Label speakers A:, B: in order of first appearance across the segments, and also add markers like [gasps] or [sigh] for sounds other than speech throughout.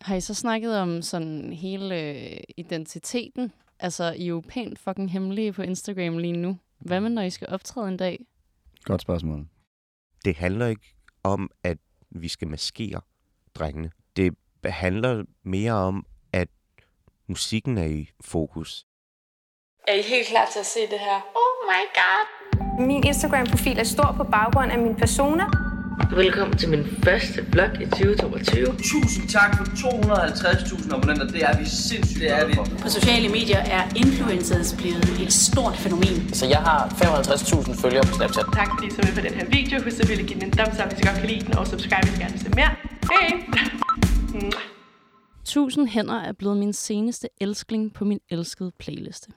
A: Har I så snakket om sådan hele øh, identiteten? Altså, I er jo pænt fucking hemmelige på Instagram lige nu. Hvad med, når I skal optræde en dag?
B: Godt spørgsmål.
C: det handler ikke om, at vi skal maskere drengene. Det handler mere om, at musikken er i fokus.
D: Er I helt klar til at se det her?
E: Oh my god.
F: Min Instagram-profil er stor på baggrund af min persona.
G: Velkommen til min første blog i 2022.
H: Tusind tak for 250.000 abonnenter. Det er vi sindssygt det er vi.
I: På sociale medier er influencers blevet et stort fænomen.
J: Så jeg har 55.000 følgere på Snapchat.
D: Tak fordi I så med på den her video. Husk selvfølgelig at give den en thumbs up, hvis I godt kan lide den, og subscribe, hvis I gerne vil se mere. Hej!
A: Tusind hænder er blevet min seneste elskling på min elskede playliste.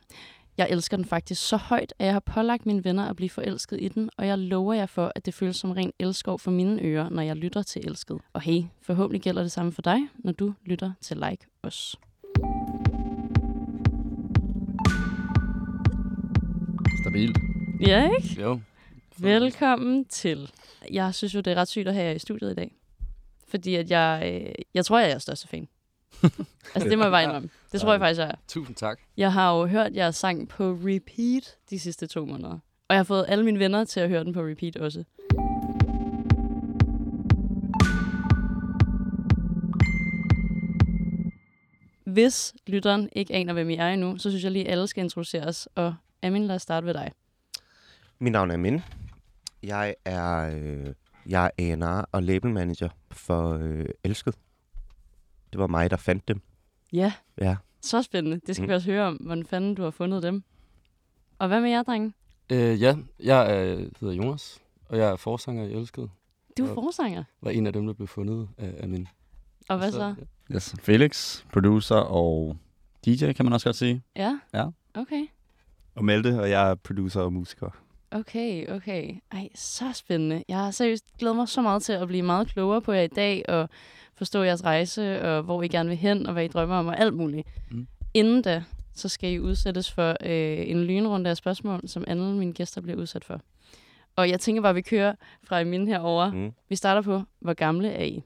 A: Jeg elsker den faktisk så højt, at jeg har pålagt mine venner at blive forelsket i den, og jeg lover jer for, at det føles som ren elskov for mine ører, når jeg lytter til elsket. Og hey, forhåbentlig gælder det samme for dig, når du lytter til Like Os.
B: Stabilt.
A: Ja, ikke?
B: Jo.
A: Velkommen til. Jeg synes jo, det er ret sygt at have jer i studiet i dag. Fordi at jeg, øh, jeg tror, jeg er jeres største fan. altså, det må jeg bare indrømme. Det tror jeg faktisk, jeg er.
K: Tusind tak.
A: Jeg har jo hørt jeres sang på repeat de sidste to måneder. Og jeg har fået alle mine venner til at høre den på repeat også. Hvis lytteren ikke aner, hvem I er endnu, så synes jeg lige, at alle skal introduceres. Og Amin, lad os starte ved dig.
C: Mit navn er Min. Jeg er, øh, jeg er A&R og label manager for øh, Elsket. Det var mig, der fandt dem.
A: Ja,
C: Ja.
A: så spændende. Det skal mm.
C: Mm.
A: vi også høre om, hvordan fanden du har fundet dem. Og hvad med jer, drenge?
K: Øh, ja, jeg er, hedder Jonas, og jeg er forsanger i Elsket.
A: Du er
K: Og-
A: forsanger.
K: Var en af dem, der blev fundet øh, af, af min.
A: Og hvad så?
K: Ja.
B: Yes. Felix, producer og DJ, kan man også godt sige.
A: Ja?
B: Ja.
A: Okay.
L: Og Malte, og jeg er producer og musiker.
A: Okay, okay. Ej, så spændende. Jeg har seriøst glædet mig så meget til at blive meget klogere på jer i dag, og forstå jeres rejse, og hvor I gerne vil hen, og hvad I drømmer om, og alt muligt. Mm.
K: Mm.
A: Inden da, så skal I udsættes for øh, en lynrunde af spørgsmål, som alle mine gæster bliver udsat for. Og jeg tænker bare, at vi kører fra min herover. Mm.
C: Mm.
A: Vi starter på, hvor gamle er I?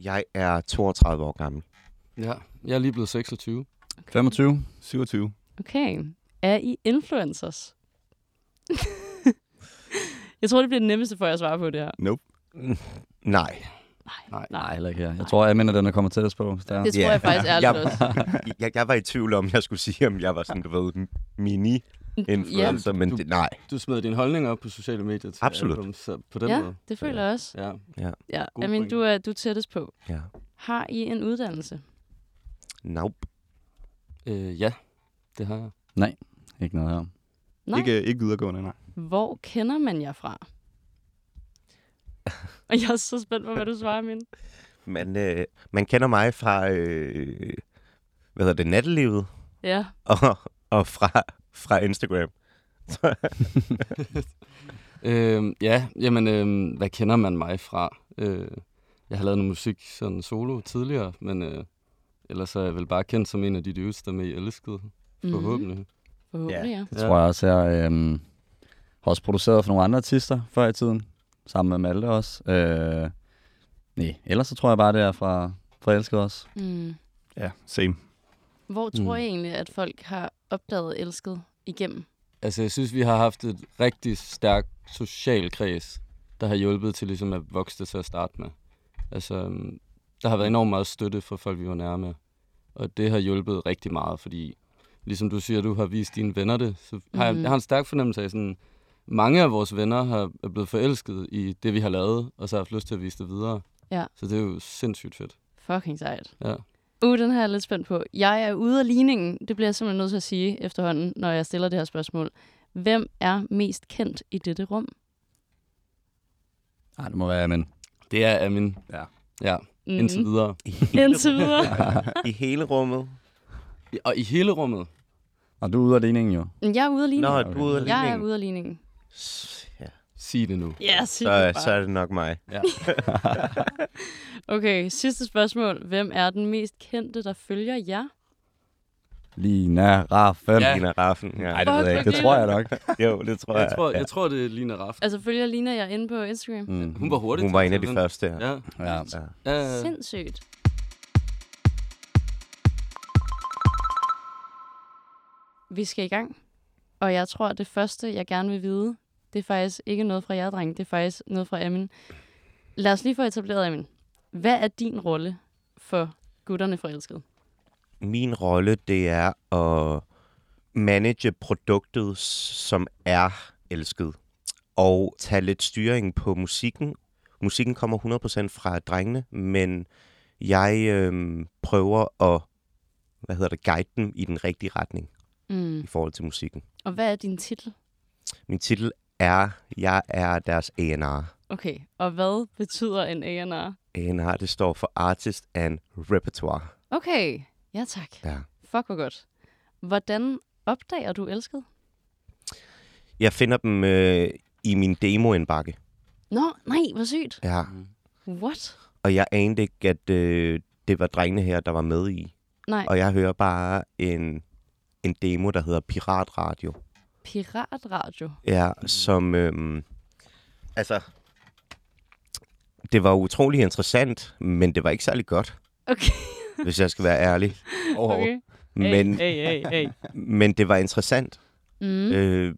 C: Jeg er 32 år gammel.
K: ja, jeg er lige blevet 26.
B: 25.
L: 27.
A: Okay. Er I influencers? [laughs] jeg tror, det bliver det nemmeste for jer at svare på det her.
C: Nej,
K: Nej.
B: Nej, heller ikke her. Jeg tror, jeg mener, den er kommet tættest på. hvis Der.
A: Det tror
C: Ja.
A: jeg faktisk ærligt
C: Jeg-
A: også.
C: jeg, jeg var i tvivl om, jeg skulle sige, om jeg var sådan, du ved, mini-influencer, ja. men
K: Du-
C: det, nej.
K: Du smed din holdning op på sociale medier til
C: Absolut.
K: Album, så på den
A: ja,
K: måde.
A: det føler jeg også.
K: Ja.
A: Ja,
K: Gode
A: Amin,
K: pointe.
A: du er, du er tættest på.
C: Ja.
A: Har I en uddannelse?
C: Nope.
K: Øh, ja, det har jeg.
B: Ikke noget her.
A: Nej.
L: Ikke, ikke videregående, nej.
A: Hvor kender man jer fra? Og jeg er så spændt på, hvad du svarer, Amin.
C: Man, øh, man kender mig fra, øh, hvad hedder det, nattelivet. [laughs]
A: Ja,
C: og, og fra, fra Instagram. [laughs]
K: Øh, ja, jamen, øh, hvad kender man mig fra? Øh, jeg har lavet noget musik sådan solo tidligere, men øh, ellers er jeg vel bare kendt som en af de dudes, der er med i Elsket. Forhåbentlig. Mm.
A: forhåbentlig, ja.
B: Det
K: Ja.
B: ja. tror jeg også, jeg øhm, har også produceret for nogle andre artister før i tiden. Sammen med Malte også. Øh, nej, ellers så tror jeg bare, det er fra, fra Elsket også.
A: Mm.
L: Ja, same.
A: Hvor tror
K: Mm.
A: I egentlig, at folk har opdaget elsket igennem?
K: Altså, jeg synes, vi har haft et rigtig stærkt social kreds, der har hjulpet til ligesom at vokse det til at starte med. Altså, øhm, der har været enormt meget støtte fra folk, vi var nærme. Og det har hjulpet rigtig meget, fordi ligesom du siger, du har vist dine venner det, så har jeg,
A: Mhm.
K: jeg har en stærk fornemmelse af sådan, mange af vores venner har, er blevet forelsket i det, vi har lavet, og så har haft lyst til at vise det videre.
A: Ja.
K: Så det er jo sindssygt fedt.
A: Fucking sejt.
K: Ja.
A: Uh, den her er jeg lidt spændt på. Jeg er ude af ligningen. Det bliver jeg simpelthen nødt til at sige efterhånden, når jeg stiller det her spørgsmål. Hvem er mest kendt i dette rum?
B: Nej, det må være, men
K: Det er Amin.
B: Ja.
K: Ja, indtil videre.
A: Mm, [laughs] Indtil
K: [laughs]
A: videre.
C: I hele rummet.
K: Og i hele rummet.
B: Og du er ude af ligningen jo.
A: Jeg er ude af ligningen.
C: Nå, du er ude af
A: Jeg er
C: ligningen.
A: ude af ligningen.
C: S- Ja,
K: Sig det nu.
A: Ja, sig
C: så, øh. så er det nok mig.
A: Okay, sidste spørgsmål. Hvem er den mest kendte, der følger jer?
B: Lina Raffen.
K: Ja.
B: Ja.
C: Lina Raffen. Ja.
B: Nej, det ved jeg ikke. Det
A: Fuck,
B: tror jeg nok.
C: Jo, det tror jeg.
K: Jeg tror, jeg tror det er Lina Raff.
A: Altså, følger Lina jer inde på Instagram?
B: Mm.
K: Hun var hurtig.
C: Hun
K: til
C: var
K: at
C: en af de
K: tage den.
C: første. Ja.
K: Ja.
B: Ja.
C: Ja.
K: ja. ja.
A: Sindssygt. Vi skal i gang. Og jeg tror, at det første, jeg gerne vil vide, det er faktisk ikke noget fra jer, dreng. Det er faktisk noget fra Amin. Lad os lige få etableret, Amin. Hvad er din rolle for gutterne forelskede?
C: Min rolle, det er at manage produktet, som er elsket. Og tage lidt styring på musikken. Musikken kommer 100% fra drengene, men jeg øhm, prøver at hvad hedder det, guide dem i den rigtige retning
A: Mm.
C: i forhold til musikken.
A: Og hvad er din titel?
C: Min titel er, jeg er deres A&R.
A: Okay, og hvad betyder en A&R?
C: A&R, det står for Artist and Repertoire.
A: Okay, ja tak.
C: Ja.
A: Fuck, hvor godt. Hvordan opdager du elsket?
C: Jeg finder dem øh, i min demo-indbakke.
A: Nå, nej, hvor sygt.
C: Ja.
A: What?
C: Og jeg anede ikke, at øh, det var drengene her, der var med i.
A: Nej,
C: Og jeg hører bare en, en demo, der hedder Piratradio.
A: piratradio.
C: Ja, som... Øh, altså... Det var utrolig interessant, men det var ikke særlig godt,
A: Okay.
C: hvis jeg skal være ærlig.
A: [laughs] okay.
C: Men,
A: Hey, hey, hey.
C: [laughs] men det var interessant.
A: Mm.
C: Øh,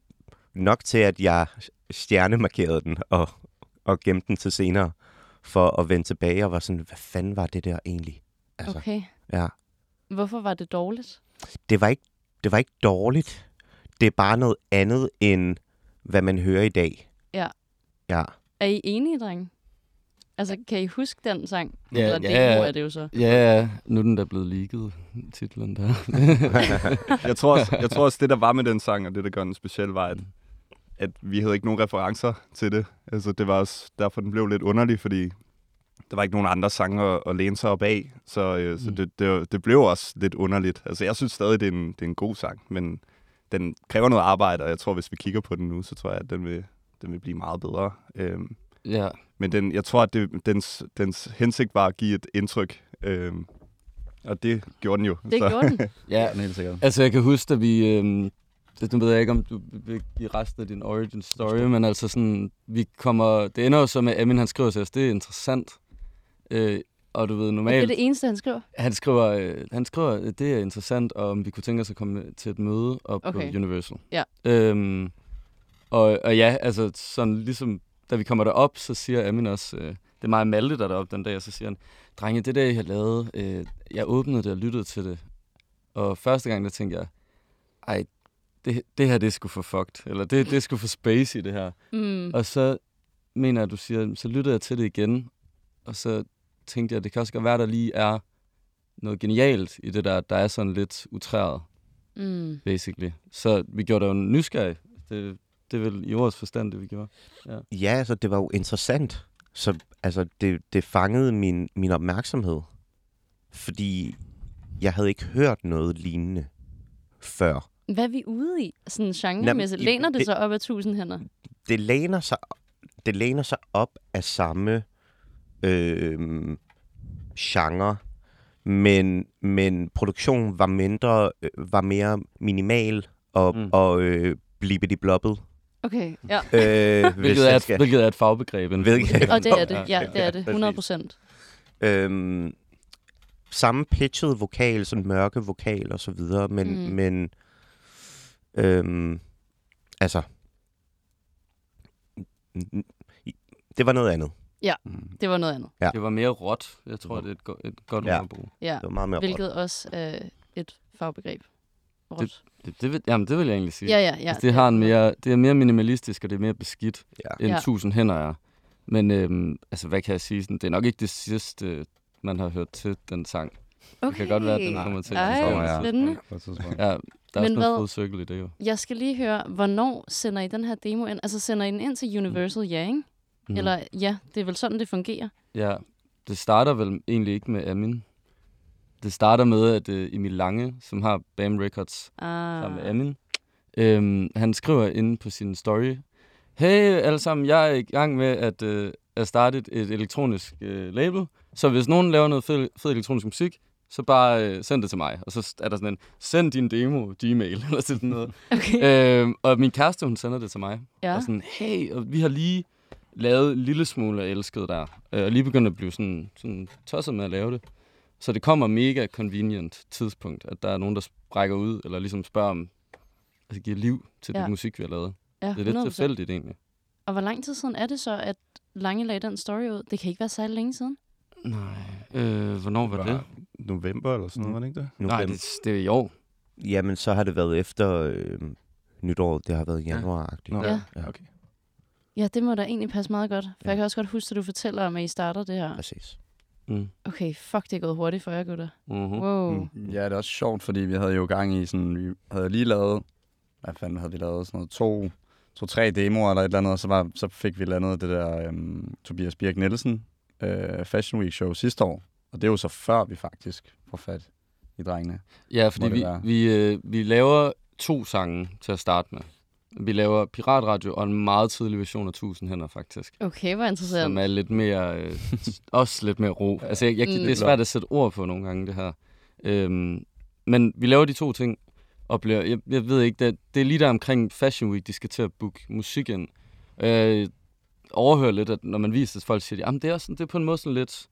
C: nok til, at jeg stjernemarkerede den og, og gemte den til senere, for at vende tilbage og var sådan, hvad fanden var det der egentlig? Altså,
A: Okay.
C: ja.
A: Hvorfor var det dårligt?
C: det, var ikke, det var ikke dårligt. Det er bare noget andet, end hvad man hører i dag.
A: Ja.
C: Ja.
A: Er I enige, drenge? Altså, kan I huske den sang?
K: Ja,
A: Eller
K: ja,
A: demo
K: ja.
A: er det jo så.
K: Ja, ja, nu er den der blevet leaget, titlen der.
L: Jeg tror, også, jeg tror også, det der var med den sang, og det der gør den speciel, var, at, at vi havde ikke nogen referencer til det. Altså, det var også derfor, den blev lidt underlig, fordi der var ikke nogen andre sange at, at læne sig op af, så, øh, så det, det, det blev også lidt underligt. Altså, jeg synes stadig, det er en, det er en god sang, men den kræver noget arbejde, og jeg tror, hvis vi kigger på den nu, så tror jeg, at den vil, den vil blive meget bedre. Øhm,
K: ja,
L: men den, jeg tror, at det, dens, dens hensigt var at give et indtryk, øhm, og det gjorde den jo.
A: Det gjorde
K: [laughs]
A: den.
K: ja,
B: Den er helt sikkert.
K: Altså, jeg kan huske, at vi... Øhm, det nu ved jeg ikke, om du vil give resten af din origin story, men altså sådan, vi kommer... Det ender jo så med, at Amin, han skriver til os, det er interessant. Øh, og du ved,
A: Det er
K: normalt...
A: det eneste, han skriver.
K: Han skriver, øh, han skriver, at det er interessant, og om vi kunne tænke os at komme til et møde op okay.
A: Okay.
K: på Universal.
A: Ja.
K: Øhm, og, og ja, altså sådan ligesom, da vi kommer derop, så siger Amin også, øh, det er mig og Malte, der er deroppe den dag, og så siger han, drenge, det der, I har lavet, øh, jeg åbnede det og lyttede til det. Og første gang, der tænkte jeg, ej, det, det her, det er sgu for fucked, eller det, det er sgu for space i det her.
A: Mm.
K: Og så mener jeg, at du siger, så lyttede jeg til det igen, og så tænkte jeg, at det kan også godt være, der lige er noget genialt i det der, der er sådan lidt utræret,
A: Mm.
K: basically. Så vi gjorde dig jo nysgerrig. Det, det er vel i ordets forstand, det vi gjorde.
C: Ja, altså, det var jo interessant. Så altså, det, det fangede min, min opmærksomhed. Fordi jeg havde ikke hørt noget lignende før.
A: Hvad er vi ude i, sådan genremæssigt?
C: Jamen, i-
A: Læner det,
C: det-
A: sig op af tusind hænder?
C: Det læner sig, det læner sig op af samme øh, genre, men, men produktionen var mindre, øh, var mere minimal og,
K: Mm.
C: mm. og øh, blibbidi blobbet.
A: Okay,
K: [laughs]
A: ja.
C: Øh, hvis
K: Hvilket
C: jeg
K: er, et,
C: skal-
K: hvilket er et fagbegreb. inden for
C: Hvilket-
K: musik.
A: Og det er det. Ja, det er det.
C: præcis.
A: 100 procent.
C: Øhm, samme pitchet vokal, sådan mørke vokal og så videre, men,
A: Mm.
C: mm. men øhm, altså, det var noget andet.
A: Det var noget andet.
C: Ja.
K: Det var mere råt. Jeg tror, det er et, go- et godt ja.
C: Ja.
K: ord at bruge.
A: Ja.
C: Det var meget mere råt.
A: Hvilket også er et fagbegreb. Råt.
K: Det, det vil, jamen, det vil jeg egentlig sige.
A: Ja, ja, ja.
K: altså, det, har en mere, det er mere minimalistisk, og det er mere beskidt.
C: Ja.
K: end
A: Ja.
K: ja. tusind hænder er. Men øhm, altså, hvad kan jeg sige? Sådan, det er nok ikke det sidste, man har hørt til den sang.
A: Okay.
K: Det kan godt være, at den kommer til.
A: Ej,
K: den
B: hvor
K: sommer.
A: spændende.
B: På et tidspunkt.
K: Ja, der er
A: Men
K: også
A: hvad-
K: noget fodcykel i det jo.
A: Jeg skal lige høre, hvornår sender I den her demo ind? Altså sender I den ind til Universal, ja, ikke?
K: Mhm.
A: Eller ja, det er vel sådan, det fungerer.
K: Ja, det starter vel egentlig ikke med Amin. Det starter med, at øh, Emil Lange, som har BAM Records, sammen med
A: Ah.
K: Amin. Øhm, han skriver inde på sin story, Hey alle sammen, jeg er i gang med at, øh, at starte et, et elektronisk øh, label, så hvis nogen laver noget fed, fed elektronisk musik, så bare øh, send det til mig. Og så er der sådan en, send din demo, Gmail, [laughs] eller sådan noget.
A: Okay.
K: øhm, og min kæreste, hun sender det til mig.
A: Ja.
K: Og sådan, hey, og vi har lige lavet en lille smule af elsket der. øh, Og lige begyndt at blive sådan, sådan tosset med at lave det. Så det kommer mega convenient tidspunkt, at der er nogen, der sprækker ud, eller ligesom spørger om, altså giver liv til ja.
A: Ja.
K: det musik, vi har lavet.
A: Ja,
K: det er lidt
A: 100%.
K: tilfældigt egentlig.
A: Og hvor lang tid siden er det så, at Lange lagde den story ud? Det kan ikke være særlig længe siden.
K: Nej. Øh, hvornår var det?
L: November eller sådan noget, var det ikke det?
K: Nej, det, det er i år.
C: Jamen, så har det været efter øh, nytår. Det har været i januar-agtigt.
L: Nå,
A: Ja.
C: ja.
L: Okay.
A: Ja, det må da egentlig passe meget godt. For ja. jeg kan også godt huske, at du fortæller om, at I starter det her.
C: Præcis.
K: Mm.
A: Okay, fuck, det er gået hurtigt for jer, gutter.
K: Mm-hmm.
A: Wow. Mm.
B: Ja, det er også sjovt, fordi vi havde jo gang i sådan, vi havde lige lavet, hvad fanden havde vi lavet, sådan noget, to, to tre demoer eller et eller andet, og så, var, så fik vi landet det der øhm, Tobias Birk Nielsen øh, Fashion Week show sidste år, og det er jo så før vi faktisk får fat i drengene.
K: Ja, fordi
B: Må det
K: vi,
B: være.
K: vi, øh, vi laver to sange til at starte med. Vi laver Piratradio og en meget tidlig version af Tusind Hænder, faktisk.
A: Okay, hvor
K: Som
A: interessant.
K: er lidt mere, øh, [laughs] også lidt mere ro. Altså, jeg,
A: Mm.
K: jeg, det er svært at sætte ord på nogle gange, det her. Øhm, men vi laver de to ting, og bliver, jeg, jeg ved ikke, det, det er lige der omkring Fashion Week, de skal til at booke musik ind. Øh, overhører lidt, at når man viser det, folk siger, de, jamen det er, sådan, det er på en måde sådan lidt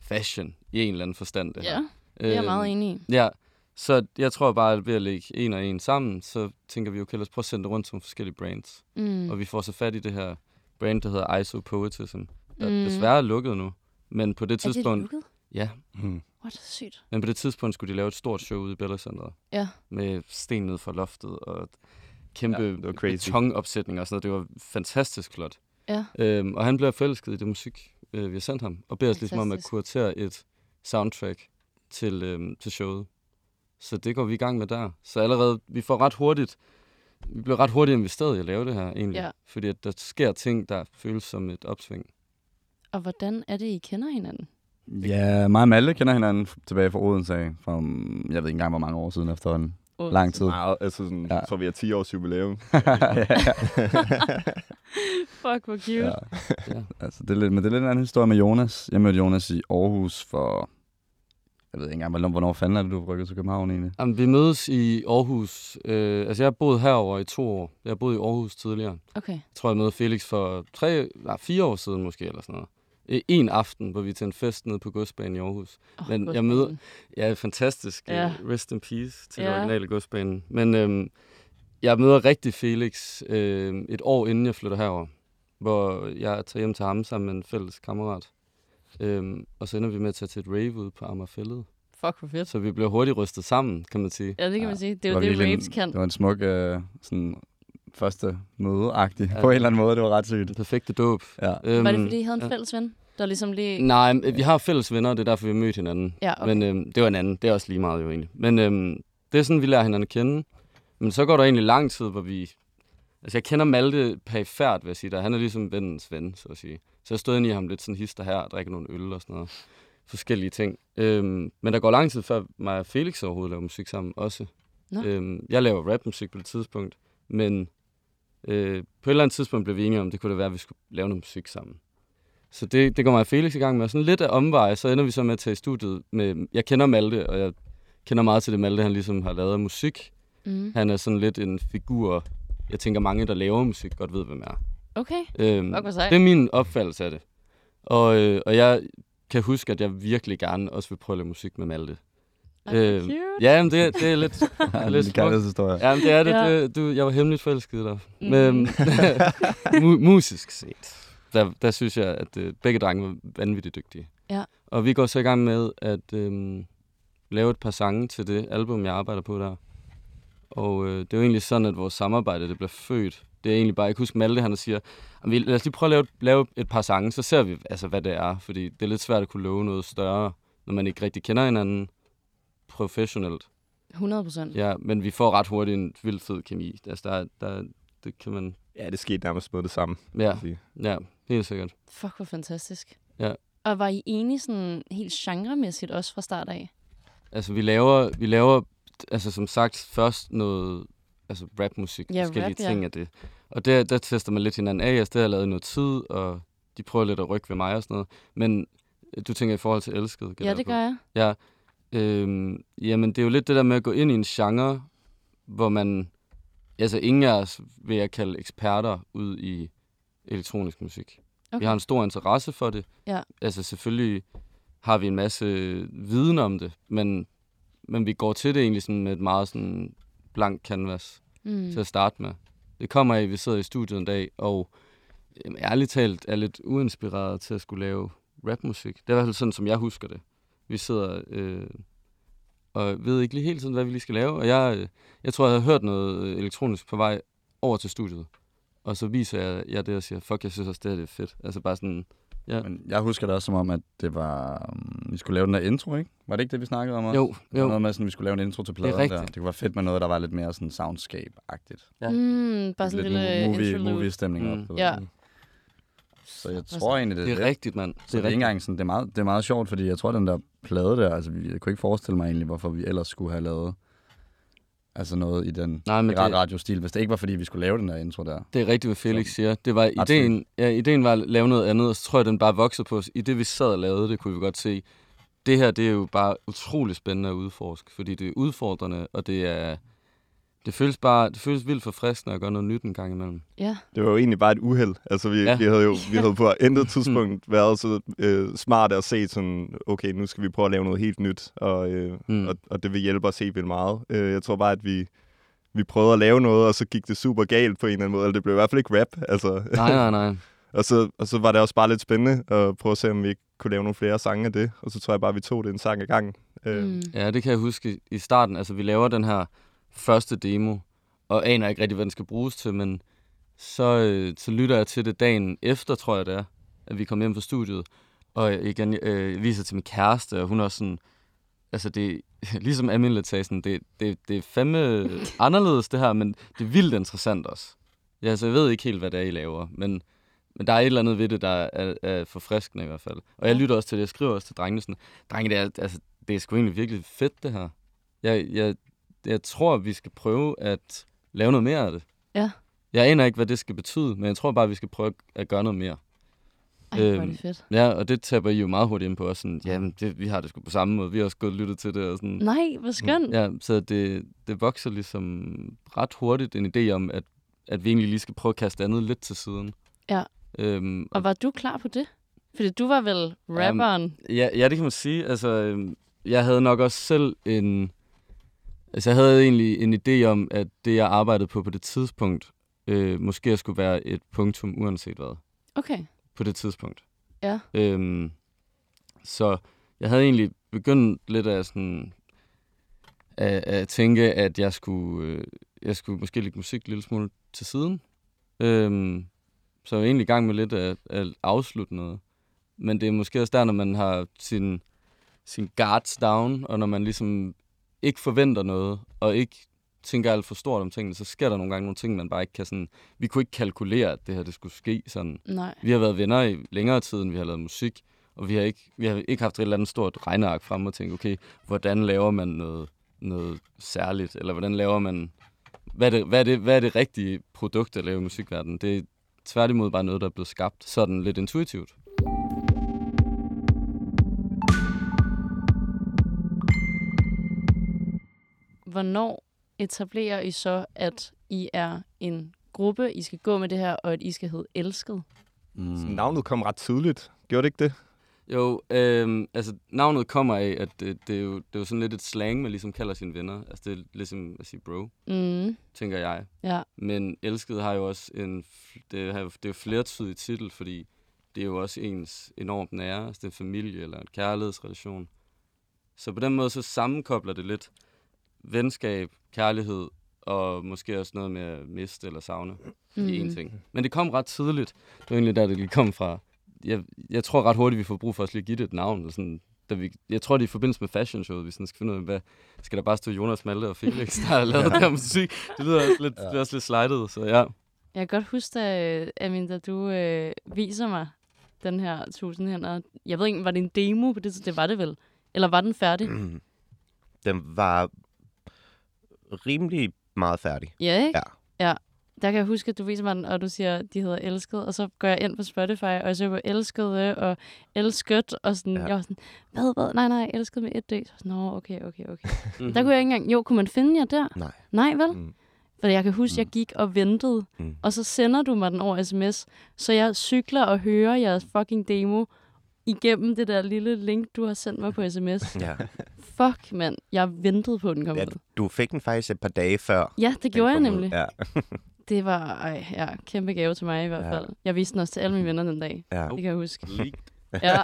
K: fashion i en eller anden forstand, det Øh, her. Øhm,
A: Ja, det er jeg meget enig i.
K: Ja, så jeg tror bare, at ved at lægge en og en sammen, så tænker vi, okay, lad os prøve at sende det rundt til nogle forskellige brands.
A: Mm.
K: Og vi får så fat i det her brand, der hedder ISO Poetism, der
A: Mm.
K: mm. desværre er lukket nu. Men på det
A: Er det
K: tidspunkt,
A: lukket?
K: ja,
A: What, sygt.
K: men på det tidspunkt skulle de lave et stort show ude i Bellacenteret
A: Ja.
K: med sten ned fra loftet og kæmpe ja,
L: det var crazy.
K: betonopsætninger og sådan noget. Det var fantastisk flot.
A: Ja.
K: Øhm, og han bliver forelsket i det musik, øh, vi har sendt ham, og beder os ligesom om at
A: Fantastisk.
K: kuratere et soundtrack til, øhm, til showet. Så det går vi i gang med der. Så allerede, vi får ret hurtigt, vi blev ret hurtigt investeret i at lave det her egentlig.
A: Ja.
K: Fordi at der sker ting, der føles som et opsving.
A: Og hvordan er det, I kender hinanden?
B: Ja, mig og Malte kender hinanden f- tilbage fra Odense, af, fra mm, jeg ved ikke engang, hvor mange år siden efterhånden.
A: Odense.
B: Lang tid.
L: Meget, altså sådan,
B: Ja.
L: ja. så vi har 10
B: [laughs]
L: års jubilæum. [laughs]
A: Fuck, hvor cute. Ja.
B: [laughs] Altså, det er lidt, men det er lidt en anden historie med Jonas. Jeg mødte Jonas i Aarhus for... Jeg ved ikke engang, hvornår, hvornår fanden er det, du rykkede til København egentlig?
K: Jamen, vi mødes i Aarhus. Øh, altså, jeg har boet herover i to år. Jeg har boet i Aarhus tidligere.
A: Okay.
K: Jeg tror, jeg mødte Felix for tre, nej, fire år siden måske, eller sådan noget. Øh, En aften, hvor vi er til en fest nede på godsbanen i Aarhus.
A: Oh,
K: Men
A: godt
K: jeg møder-
A: spændende.
K: Ja, fantastisk.
A: Ja.
K: Ja. Rest in peace til
A: Ja.
K: ja. originale godsbanen. Men øhm, jeg møder rigtig Felix øhm, et år inden jeg flytter herover, hvor jeg tager hjem til ham sammen med en fælles kammerat. Øhm, og så ender vi med at tage til et rave ude på Amagerfællet.
A: Fuck, hvor fedt.
K: Så vi bliver hurtigt rystet sammen, kan man sige.
A: Ja, det kan man sige. Det er
B: Det
A: jo
B: var
A: det,
B: virkelig
A: raves
B: en,
A: kan.
B: Det var en smuk øh, sådan, første møde-agtig. Ja. På en eller anden måde, det var ret sygt. [laughs]
K: Den perfekte dåb.
B: Ja.
K: Øhm, Mm.
A: Var det, fordi I havde en fælles ven, der ligesom lige...
K: Nej, men øh, vi har fælles venner, og det er derfor, vi mødte hinanden.
A: Ja, okay.
K: Men øhm, det var en anden. Det er også lige meget jo egentlig. Men øhm, det er sådan, vi lærer hinanden at kende. Men så går der egentlig lang tid, hvor vi... Altså, jeg kender Malte perifært, vil jeg sige. Der. Han er ligesom vennens ven, så at sige. Så jeg stod inde i ham lidt sådan hister her, og drikker nogle øl og sådan noget. Forskellige ting. Øhm, men der går lang tid, før mig og Felix overhovedet laver musik sammen også.
A: Nå.
K: Øhm, jeg laver rapmusik på det tidspunkt, men øh, på et eller andet tidspunkt blev vi enige om, det kunne da være, at vi skulle lave noget musik sammen. Så det, det går mig og Felix i gang med. Og sådan lidt af omveje, så ender vi så med at tage i studiet med... Jeg kender Malte, og jeg kender meget til det Malte, han ligesom har lavet af musik.
A: Mm.
K: Han er sådan lidt en figur, jeg tænker mange, der laver musik, godt ved, hvem er.
A: Okay.
K: Øhm,
A: Fuck, hvor sejt.
K: det er min opfattelse af det. Og, øh, og jeg kan huske, at jeg virkelig gerne også vil prøve at lave musik med Malte. Øhm,
A: Ej, hvor cute.
K: [laughs] ja, men det, det er lidt, lidt
B: Det
K: smukt.
B: kan historie. Ja.
K: Ja, men det er det.
A: Ja.
K: Ja. det du, jeg var hemmeligt forelsket i dig.
A: Mm.
K: Mm. Men, mu- musisk set, der, der synes jeg, at øh, begge drenge var vanvittigt dygtige.
A: Ja.
K: Og vi går så i gang med at øh, lave et par sange til det album, jeg arbejder på der. Og øh, det er jo egentlig sådan, at vores samarbejde det bliver født. Det er egentlig bare, jeg kan huske Malte, han siger, "Jamen, vi- lad os lige prøve at lave, lave et par sange, så ser vi, altså, hvad det er. Fordi det er lidt svært at kunne love noget større, når man ikke rigtig kender hinanden professionelt.
A: 100 procent.
K: Ja, men vi får ret hurtigt en vild fed kemi. Altså, der, der, det kan man...
L: Ja, det skete nærmest med det samme.
K: Ja,
L: sige.
K: ja, helt sikkert.
A: Fuck, hvor fantastisk.
K: Ja.
A: Og var I enige sådan helt genremæssigt også fra start af?
K: Altså, vi laver, vi laver altså, som sagt, først noget altså, rapmusik,
A: Ja,
K: forskellige
A: rap, ja.
K: ting af det. Og der, der tester man lidt hinanden af. Altså, det har jeg lavet i noget tid, og de prøver lidt at rykke ved mig og sådan noget. Men øh, du tænker i forhold til elsket, gætter
A: Ja,
K: jeg
A: det
K: på.
A: gør jeg.
K: Øhm, jamen, det er jo lidt det der med at gå ind i en genre, hvor man... Altså, ingen af os vil jeg kalde eksperter ud i elektronisk musik. Okay. Vi
A: Okay.
K: har en stor interesse for det.
A: Ja.
K: Altså, selvfølgelig har vi en masse viden om det, men, men vi går til det egentlig sådan med et meget sådan blank canvas. mm. til at starte med. Det kommer af, at vi sidder i studiet en dag, og jamen, ærligt talt er lidt uinspireret til at skulle lave rapmusik. Det er i hvert fald sådan, som jeg husker det. Vi sidder øh, og ved ikke lige hele tiden, hvad vi lige skal lave. Og jeg, øh, jeg tror, jeg havde hørt noget øh, elektronisk på vej over til studiet. Og så viser jeg, jeg det og siger, fuck, jeg synes også, det her det er fedt. Altså bare sådan, ja.
B: Men jeg husker det også som om, at det var, um, vi skulle lave den der intro, ikke? Var det ikke det, vi snakkede om også?
K: Jo,
B: Det var
K: jo.
B: Noget med, sådan, vi skulle lave en intro til
K: er
B: pladen der.
K: rigtigt.
B: Det kunne være fedt med noget, der var lidt mere sådan soundscape-agtigt.
K: Ja.
A: Mm, bare sådan en lille
B: movie,
A: interlude.
B: movie-stemning op.
K: Mm.
B: du ved.
A: Ja.
B: Så jeg
A: Sådan.
B: tror egentlig, det er
K: Det er rigtigt, mand.
B: Så det er,
K: rigtigt.
B: ikke engang sådan, det er, meget, det er meget sjovt, fordi jeg tror, den der plade der, altså vi- jeg kunne ikke forestille mig egentlig, hvorfor vi ellers skulle have lavet altså noget i den
K: Nej, men
B: pirat
K: det-
B: radiostil, hvis det ikke var, fordi vi skulle lave den der intro der.
K: Det er rigtigt, hvad Felix
B: Så-
K: siger. Det var
B: Absolut.
K: ideen, ja, ideen var at lave noget andet, og så tror jeg, den bare voksede på os. I det, vi sad og lavede det, kunne vi godt se, det her det er jo bare utrolig spændende at udforske, fordi det er udfordrende, og det er... Det føles bare, det føles vildt forfriskende at gøre noget nyt en gang imellem.
A: Ja.
L: Det var jo egentlig bare et uheld. Altså, vi, ja.
K: Ja.
L: vi havde jo vi havde
H: [laughs]
L: på intet tidspunkt været så øh, smarte at se sådan, okay, nu skal vi prøve at lave noget helt nyt, og, øh, mm.
K: Mm.
L: og, og det vil hjælpe os helt vildt meget. Øh, jeg tror bare, at vi, vi prøvede at lave noget, og så gik det super galt på en eller anden måde. Eller det blev i hvert fald ikke rap. Altså.
K: Nej, nej, nej.
L: [laughs] og, så, og så var det også bare lidt spændende at prøve at se, om vi ikke kunne lave nogle flere sange af det. Og så tror jeg bare, at vi tog det en sang ad gangen. Øh, mm.
A: Mm.
K: Ja, det kan jeg huske i starten. Altså, vi laver den her første demo, og aner ikke rigtig, hvad den skal bruges til, men så, øh, så lytter jeg til det dagen efter, tror jeg det er, at vi kom hjem fra studiet, og jeg igen øh, viser til min kæreste, og hun er også sådan, altså det, [laughs] ligesom Amin lidt sagde, sådan, det, det, det er fandme anderledes det her, men det er vildt interessant også. Ja, altså, jeg ved ikke helt, hvad det er, I laver, men, men der er et eller andet ved det, der er, er forfriskende i hvert fald. Og jeg lytter også til det, jeg skriver også til drengene sådan, drenge, det er, altså, det er sgu egentlig virkelig fedt, det her. Jeg, jeg, jeg tror, vi skal prøve at lave noget mere af det.
A: Ja.
K: Jeg aner ikke, hvad det skal betyde, men jeg tror bare, vi skal prøve at gøre noget mere.
A: Ej, hvor er
K: Øhm,
A: det fedt.
K: Ja, og det taber I jo meget hurtigt ind på. Også sådan, jamen, det, vi har det sgu på samme måde. Vi har også gået og lyttet til det. Og sådan.
A: Nej, hvor skønt.
K: mm, Ja, så det, det vokser ligesom ret hurtigt en idé om, at, at vi egentlig lige skal prøve at kaste andet lidt til siden.
A: Ja.
K: Øhm,
A: Og var du klar på det? Fordi du var vel rapperen. Um,
K: Ja, ja, det kan man sige. Altså, øhm, jeg havde nok også selv en... Altså, jeg havde egentlig en idé om, at det, jeg arbejdede på på det tidspunkt, øh, måske skulle være et punktum, uanset hvad,
A: okay.
K: på det tidspunkt.
A: Ja.
K: Øhm, så jeg havde egentlig begyndt lidt af sådan... At, at tænke, at jeg skulle, øh, jeg skulle måske lægge musik en lille smule til siden. Øhm, så jeg var egentlig i gang med lidt at, at afslutte noget. Men det er måske også der, når man har sin, sin guards down, og når man ligesom ikke forventer noget, og ikke tænker alt for stort om tingene, så sker der nogle gange nogle ting, man bare ikke kan sådan... Vi kunne ikke kalkulere, at det her det skulle ske sådan.
A: Nej.
K: Vi har været venner i længere tid, end vi har lavet musik, og vi har ikke, vi har ikke haft et eller andet stort regneark frem og tænkt, okay, hvordan laver man noget, noget særligt, eller hvordan laver man... Hvad er, det, hvad, er det, hvad er det rigtige produkt at lave i musikverdenen? Det er tværtimod bare noget, der er blevet skabt sådan lidt intuitivt.
A: Hvornår etablerer I så, at I er en gruppe, I skal gå med det her, og at I skal hedde Elsket?
B: Mm.
L: Navnet kom ret tidligt. Gjorde det ikke det?
K: Jo, øhm, altså navnet kommer af, at det, det, er jo, det er jo sådan lidt et slang, man ligesom kalder sine venner. Altså det er ligesom at sige bro,
A: Mm.
K: tænker jeg.
A: Ja.
K: Men elsket har jo også en, f- det, har, jo- det er jo flertydig titel, fordi det er jo også ens enormt nære, altså det er en familie eller en kærlighedsrelation. Så på den måde så sammenkobler det lidt venskab, kærlighed og måske også noget med at miste eller savne mm. i en ting. Men det kom ret tidligt. Det var egentlig der, det lige kom fra. Jeg, jeg tror ret hurtigt, vi får brug for at lige at give det et navn. Eller sådan, da vi, jeg tror, det er i forbindelse med fashion showet, vi sådan skal finde ud af, hvad, skal der bare stå Jonas Malte og Felix, der
A: [laughs]
K: har lavet ja. det her musik? Det lyder også lidt, ja. det er også lidt slidet, så ja.
A: Jeg kan godt huske, da, øh, Amin, da du øh, viser mig den her tusindhænder. Jeg ved ikke, var det en demo på det tidspunkt? Det var det vel. Eller var den færdig?
C: Den var rimelig meget færdig.
A: Ja, ikke?
C: Ja.
A: ja. Der kan jeg huske, at du viser mig den, og du siger, de hedder Elsket, og så går jeg ind på Spotify, og jeg søger på Elskede og Elsket, og sådan,
C: Ja.
A: ja. jeg var sådan, hvad, hvad, nej, nej, Elsket med et D. Så, Nå, okay, okay, okay.
C: [laughs]
A: Der kunne jeg ikke engang, jo, kunne man finde jer der?
C: Nej.
A: Nej, vel?
L: Mm.
A: Mm. For jeg kan huske, at jeg gik og ventede,
C: Mm.
A: mm. og så sender du mig den over sms, så jeg cykler og
C: [laughs]
A: hører jeres fucking demo igennem det der lille link, du har sendt mig på sms.
C: Ja.
A: Fuck, mand. Jeg ventede på, at den kom
C: Ja,
A: ja,
C: du, du fik den faktisk et par dage før.
A: Ja, det gjorde jeg
C: kom ud.
A: nemlig.
C: Ja.
A: Det var ej, ja, kæmpe gave til mig i hvert
C: Ja.
A: fald. Jeg viste den også til alle mine venner den dag.
C: Ja.
A: Det kan jeg huske.
K: Leaked.
A: Ja.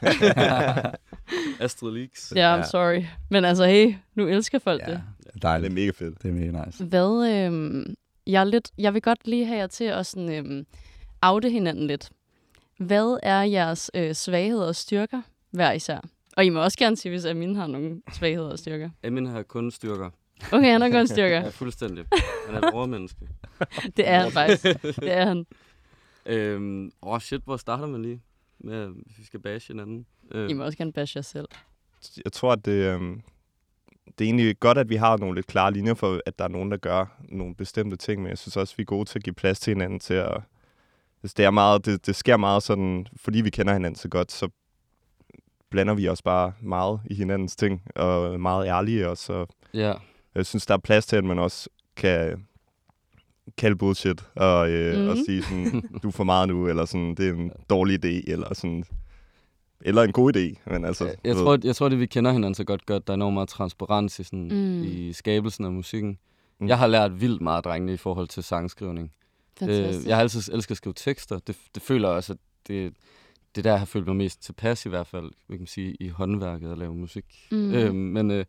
K: Astrid Leaks.
A: ja, I'm sorry. Men altså, hey, nu elsker folk ja. det.
B: Det er dejligt.
L: Det er mega fedt.
B: Det er mega nice.
A: Hvad, øhm, jeg, er lidt, jeg vil godt lige have jer til at sådan, øhm, oute hinanden lidt. Hvad er jeres øh, svagheder og styrker hver især? Og I må også gerne sige, hvis Amin har nogle svagheder og styrker.
K: Amin har kun styrker.
A: Okay, han har kun
K: [laughs] Ja,
A: styrker.
K: fuldstændig. Han er et overmenneske.
A: Det er han faktisk. Det er han.
K: Øhm, åh oh shit, hvor starter man lige? Med, at vi skal bashe hinanden. Øh,
A: I må også gerne bash jer selv.
L: Jeg tror, at det, øhm, det er egentlig godt, at vi har nogle lidt klare linjer for, at der er nogen, der gør nogle bestemte ting, men jeg synes også, vi er gode til at give plads til hinanden til at... Altså, det, er meget, det, det sker meget sådan, fordi vi kender hinanden så godt, så blander vi os bare meget i hinandens ting, og er meget ærlige også, og
K: ja,
L: Jeg synes, der er plads til, at man også kan kalde bullshit og, øh, mm. og
A: Mhm.
L: sige sådan, du er for meget nu, eller sådan, det er en dårlig idé, eller sådan, eller en god idé, men altså,
K: jeg, jeg,
L: du ved.
K: tror, jeg tror, det vi kender hinanden så godt, gør, at der er enormt meget transparens i, sådan,
A: Mm.
K: mm. i skabelsen af musikken.
L: Mm.
K: Mm. Jeg har lært vildt meget af drengene i forhold til sangskrivning.
A: Fantastisk.
K: Øh, jeg har altid elsket at skrive tekster. Det, det føler jeg også, at det, det er der, jeg har følt mig mest tilpas i hvert fald, kan man sige, i håndværket at lave musik.
A: Mm.
K: Øh, men øh,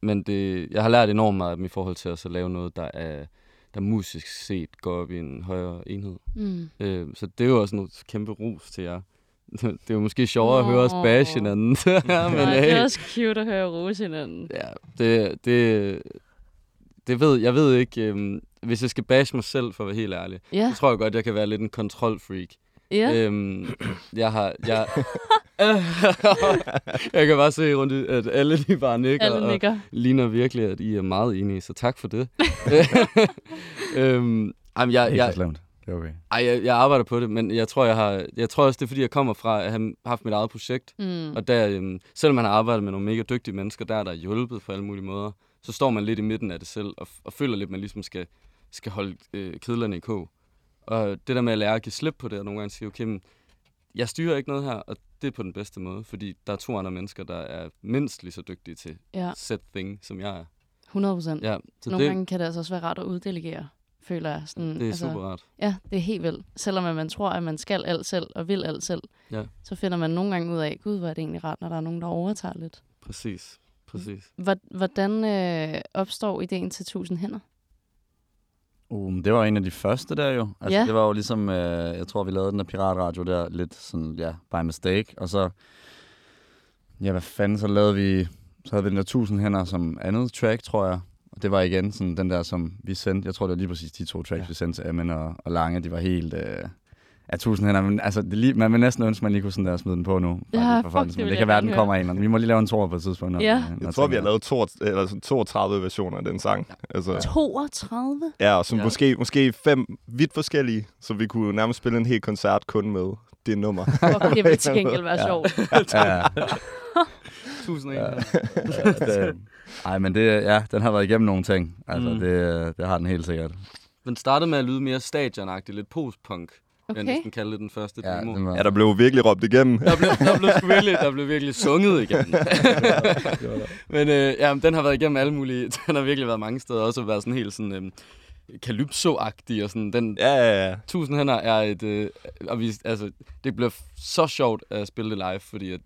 K: men det, jeg har lært enormt meget af dem i forhold til også at lave noget, der er der musisk set går op i en højere enhed.
A: Mm.
K: Øh, så det er jo også noget kæmpe rus til jer. [laughs] Det er jo måske sjovere at høre os
A: Nå.
K: bash hinanden. [laughs] Ja, men,
A: Nej, det er
K: hey,
A: også cute at høre rose hinanden.
K: ja, det, det, det ved, jeg ved ikke, øhm, hvis jeg skal bash mig selv, for at være helt ærlig,
A: Ja,
K: så tror jeg godt, jeg kan være lidt en kontrolfreak.
A: ja.
K: Øhm, jeg har...
A: [laughs]
K: Jeg, [laughs] jeg kan bare se rundt, i, at alle de bare nikker,
A: Alle
K: og
A: nikker.
K: ligner virkelig, at I er meget enige, så tak for
A: [laughs]
K: det. [laughs] øhm, jamen,
B: Det er
K: jeg,
B: ikke så
K: jeg,
B: slemt. Det er okay.
K: ej, jeg, jeg arbejder på det, men jeg tror, jeg har, jeg tror også, det er, fordi jeg kommer fra at have haft mit eget projekt,
A: Mm.
K: og der, øhm, selvom man har arbejdet med nogle mega dygtige mennesker, der er der er hjulpet på alle mulige måder, så står man lidt i midten af det selv, og, f- og føler lidt, at man ligesom skal, skal holde øh, kedlerne i kog. Og det der med at lære at give slip på det, og nogle gange sige, okay, men jeg styrer ikke noget her, og det er på den bedste måde, fordi der er to andre mennesker, der er mindst lige så dygtige til
A: Ja,
K: set thing, som jeg er.
A: 100 procent.
K: Ja, så
A: Nogle
K: det,
A: gange kan det altså også være rart at uddelegere, føler jeg. Sådan,
K: det er
A: altså,
K: super rart.
A: Ja, det er helt vildt. Selvom at man tror, at man skal alt selv og vil alt selv,
K: Ja.
A: så finder man nogle gange ud af, gud, hvor er det egentlig rart, når der er nogen, der overtager lidt.
K: Præcis, præcis.
A: Hvor- Hvordan øh, opstår ideen til 1000 hænder?
B: Uh, men det var en af de første der jo. Altså,
A: Ja.
B: Det var jo ligesom, øh, jeg tror, vi lavede den der piratradio der lidt sådan, ja, by mistake. Og så, ja, hvad fanden, så lavede vi, så havde vi den der 1000 hænder som andet track, tror jeg. Og det var igen sådan den der, som vi sendte, jeg tror, det var lige præcis de to tracks, ja. vi sendte til Amin og, og Lange, de var helt... Øh, Ja, tusind hænder, men altså, det er lige, man vil næsten ønske, man lige kunne sådan der smide den på nu.
A: Ja,
B: lige for
A: fuck,
B: fanden,
A: det
B: men
A: vil
B: det
A: jeg
B: kan være,
A: gerne
B: den
A: høre.
B: kommer en, og vi må lige lave en tour på et tidspunkt. når-
A: Ja.
B: når
L: jeg tror, vi har
B: tingene-
L: lavet to, eller sådan 32 versioner af den sang. Altså,
A: 32?
K: [laughs]
L: ja, og som
B: Ja.
L: ja. måske, måske fem vidt forskellige, så vi kunne nærmest spille en hel koncert kun med det nummer.
A: Fuck, det vil til gengæld være ja. sjovt.
B: Ja, ja.
K: Tusind
B: Ja. det, ej, men det, ja, den har været igennem nogle ting. Altså, mm.
K: Mm.
B: det, det har den helt sikkert.
K: Den startede med at lyde mere stadionagtig, lidt postpunk. Okay. Jeg
A: Okay.
K: næsten kalde det den første
B: Ja,
K: demo.
B: den var,
L: Ja, der blev virkelig råbt igennem.
K: Der blev, der blev, sgu virkelig, der blev virkelig sunget
B: [laughs]
K: igen. men øh, ja, men den har været igennem alle mulige... [laughs] Den har virkelig været mange steder. Også været sådan helt sådan... Øh, Calypso-agtig og sådan. Den,
L: Ja, ja, ja.
K: Tusind hænder er et... Øh, og vi, altså, det bliver f- så sjovt at spille det live, fordi at,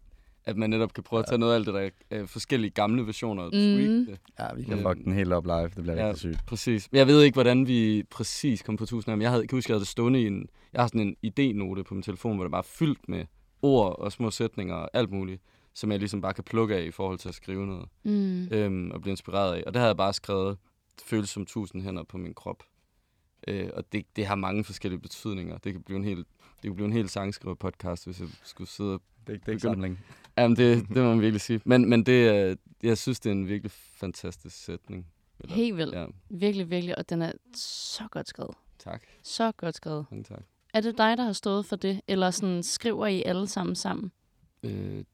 K: at man netop kan prøve at tage noget af alt det der øh, forskellige gamle versioner. øh, og tweake det.
B: ja, vi kan fuck den helt op live. Det bliver ja.
K: Ja.
B: rigtig sygt.
K: Præcis. Men jeg ved ikke, hvordan vi præcis kom på 1000 af dem. Jeg havde, kan huske, jeg havde det stående i en... Jeg har sådan en idénote på min telefon, hvor det bare er fyldt med ord og små sætninger og alt muligt, som jeg ligesom bare kan plukke af i forhold til at skrive noget
A: Mm.
K: øhm, og blive inspireret af. Og det havde jeg bare skrevet, det føles som 1000 hænder på min krop. Øh, og det, det har mange forskellige betydninger. Det kan blive en helt, det kan blive en helt sangskriver-podcast, hvis jeg skulle sidde og
B: Det, det
K: er ikke samling. Jamen, det,
A: Mm-hmm.
K: det må man virkelig sige. Men, men det, øh, jeg synes, det er en virkelig fantastisk sætning. Eller-
A: Helt vildt.
K: Ja,
A: Virkelig, virkelig. Og den er så godt skrevet.
K: tak.
A: Så godt skrevet.
K: Mange tak.
A: Er det dig, der har stået for det? Eller sådan skriver I alle sammen sammen?
K: øh,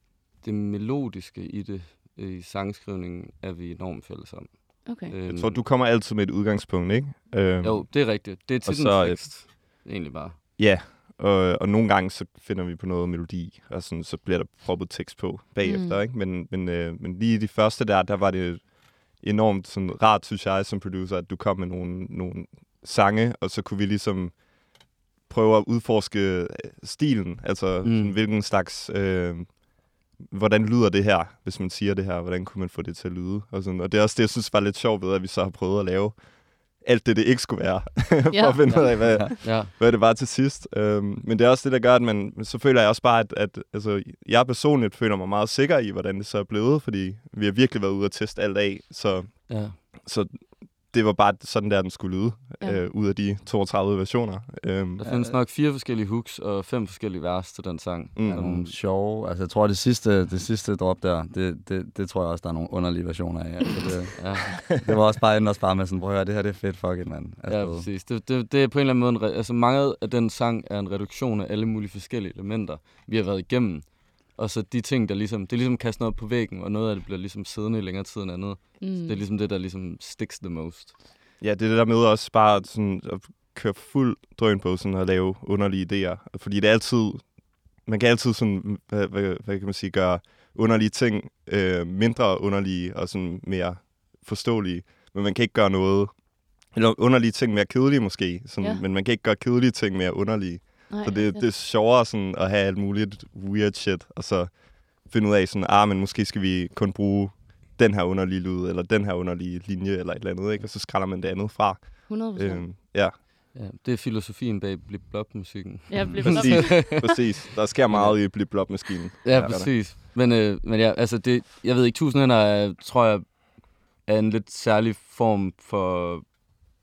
K: det melodiske i det, øh, i sangskrivningen, er vi enormt fælles om.
A: Okay.
K: Øhm,
L: Jeg tror, du kommer altid med et udgangspunkt, ikke? Øhm,
K: Jo, det er rigtigt. Det er
L: Og
K: til den
L: så, øh,
K: tekst, egentlig bare.
L: Ja, Øh, Og, og nogle gange, så finder vi på noget melodi, og sådan, så bliver der proppet tekst på bagefter,
E: Mm.
L: mm. ikke? Men, men, øh, men lige de første der, der var det enormt sådan, rart, synes jeg, som producer, at du kom med nogle, nogle sange, og så kunne vi ligesom prøve at udforske øh, stilen, altså mm. [laughs] sådan, hvilken slags... Øh, hvordan lyder det her, hvis man siger det her, hvordan kunne man få det til at lyde? Og, sådan. og det er også det, jeg synes var lidt sjovt ved, at vi så har prøvet at lave alt det, det ikke skulle være, for
E: Ja.
L: at finde ud af, hvad,
K: ja.
L: hvad det var til sidst. Øhm, men det er også det, der gør, at man, så føler jeg også bare, at, at altså, jeg personligt føler mig meget sikker i, hvordan det så er blevet, fordi vi har virkelig været ude og teste alt af, så,
K: Ja.
L: så det var bare sådan der, den skulle lyde,
K: Ja.
L: ja. øh, ud af de 32 versioner. Øhm,
K: Der findes nok fire forskellige hooks og fem forskellige vers til den sang.
L: Mm.
B: Der er nogle sjove... Altså, jeg tror, det sidste, det sidste drop der, det, det, det tror jeg også, der er nogle underlige versioner af. Altså, det,
K: Ja.
B: det var også bare endnu også bare med sådan, prøv at høre, det her det er fedt, fuck it, mand. Altså,
K: Ja,
B: du ved.
K: præcis. Det, det, det er på en eller anden måde... En re- altså, meget af den sang er en reduktion af alle mulige forskellige elementer, vi har været igennem. Og så de ting, der ligesom... Det er ligesom kastet op på væggen, og noget af det bliver ligesom siddende i længere tid end andet.
E: Mm.
K: Mm. Det er ligesom det, der ligesom sticks the most.
L: Ja, det er det der med også bare sådan at køre fuld drøn på sådan at lave underlige idéer. Fordi det er altid, man kan altid sådan, hvad, hvad, hvad kan man sige, gøre underlige ting øh, mindre underlige og sådan mere forståelige. Men man kan ikke gøre noget, eller underlige ting mere kedelige måske, sådan,
E: Ja.
L: ja. men man kan ikke gøre kedelige ting mere underlige.
E: Nej,
L: så det,
E: fedt.
L: det er sjovere sådan at have alt muligt weird shit, og så finde ud af sådan, ah, men måske skal vi kun bruge den her underlige lyd, eller den her underlige linje, eller et eller andet, ikke? Og så skræller man det andet fra. Øhm,
A: 100%.
C: Øhm,
L: ja.
K: Ja, det er filosofien bag blip blop musikken
A: Ja, blip blop.
K: [laughs]
L: Præcis, præcis. Der sker meget i blip blop maskinen
K: Ja, præcis. Men, øh, men ja, altså det, jeg ved ikke, tusindhænder er, tror jeg, er en lidt særlig form for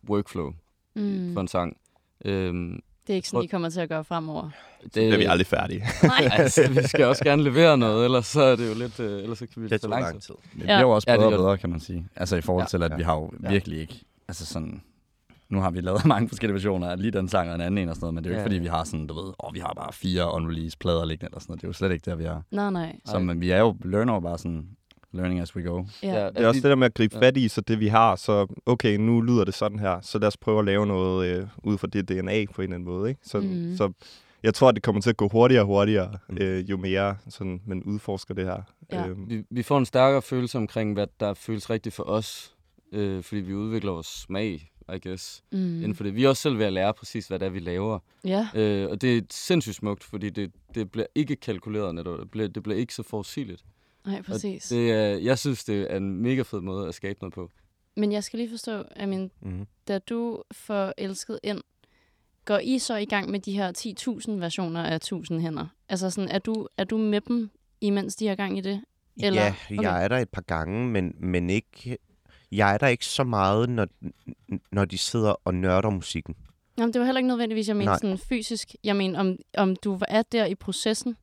K: workflow
A: Mm.
K: for en sang. Øhm,
A: Det er ikke sådan,
K: Prøv-
A: I kommer til at gøre fremover.
K: det,
L: bliver vi
K: [laughs]
L: aldrig færdige.
A: Nej.
K: altså, vi skal også gerne levere noget, ellers så er det jo lidt... Øh, ellers så kan vi
C: Det
K: for
C: tog
K: lang
C: lang
K: tid.
C: tid.
B: Men det bliver jo også bedre og
K: gør det.
B: bedre, kan man sige. Altså i forhold
K: Ja.
B: ja, til, at
K: Ja.
B: vi har jo
K: Ja.
B: virkelig ikke... Altså sådan... Nu har vi lavet [laughs] mange forskellige versioner af lige den sang og en anden en og sådan noget, men det er jo
K: Ja.
B: ikke, fordi vi har sådan, du ved, åh, vi har bare fire unreleased plader liggende eller sådan noget. Det er jo slet ikke der, vi er.
A: Nej, nej.
K: Ah,
B: Så men vi er jo, learner jo bare sådan, learning as we go.
A: Ja. Ja,
K: altså,
L: Det er også det der med at gribe fat i, så det vi har, så okay, nu lyder det sådan her, så lad os prøve at lave noget øh, ud fra det DNA på en eller anden måde. Ikke? Så,
E: Mhm.
L: mm. så jeg tror, at det kommer til at gå hurtigere og hurtigere, øh, jo mere sådan, man udforsker det her.
A: Ja.
L: Øhm,
K: Vi, vi får en stærkere følelse omkring, hvad der føles rigtigt for os, øh, fordi vi udvikler vores smag, I guess,
A: Mm.
K: inden for det. Vi er også selv ved at lære præcis, hvad det er, vi laver.
A: Ja.
K: Øh, og det er sindssygt smukt, fordi det, det bliver ikke kalkuleret netop. Det bliver, det bliver ikke så forudsigeligt.
A: Nej,
K: Og
A: præcis.
K: Det er, jeg synes, det er en mega fed måde at skabe noget på.
A: Men jeg skal lige forstå, I mean,
K: Mhm.
A: mm-hmm. da du får elsket ind, går I så i gang med de her 10.000 versioner af 1000 hænder? Altså sådan, er du, er du med dem, imens de har gang i det? Eller?
C: Ja, okay. jeg er der et par gange, men, men ikke, jeg er der ikke så meget, når, når de sidder og nørder musikken.
A: Jamen, det var heller ikke nødvendigvis, jeg mener
C: Nej.
A: sådan fysisk. Jeg mener, om, om du er der i processen,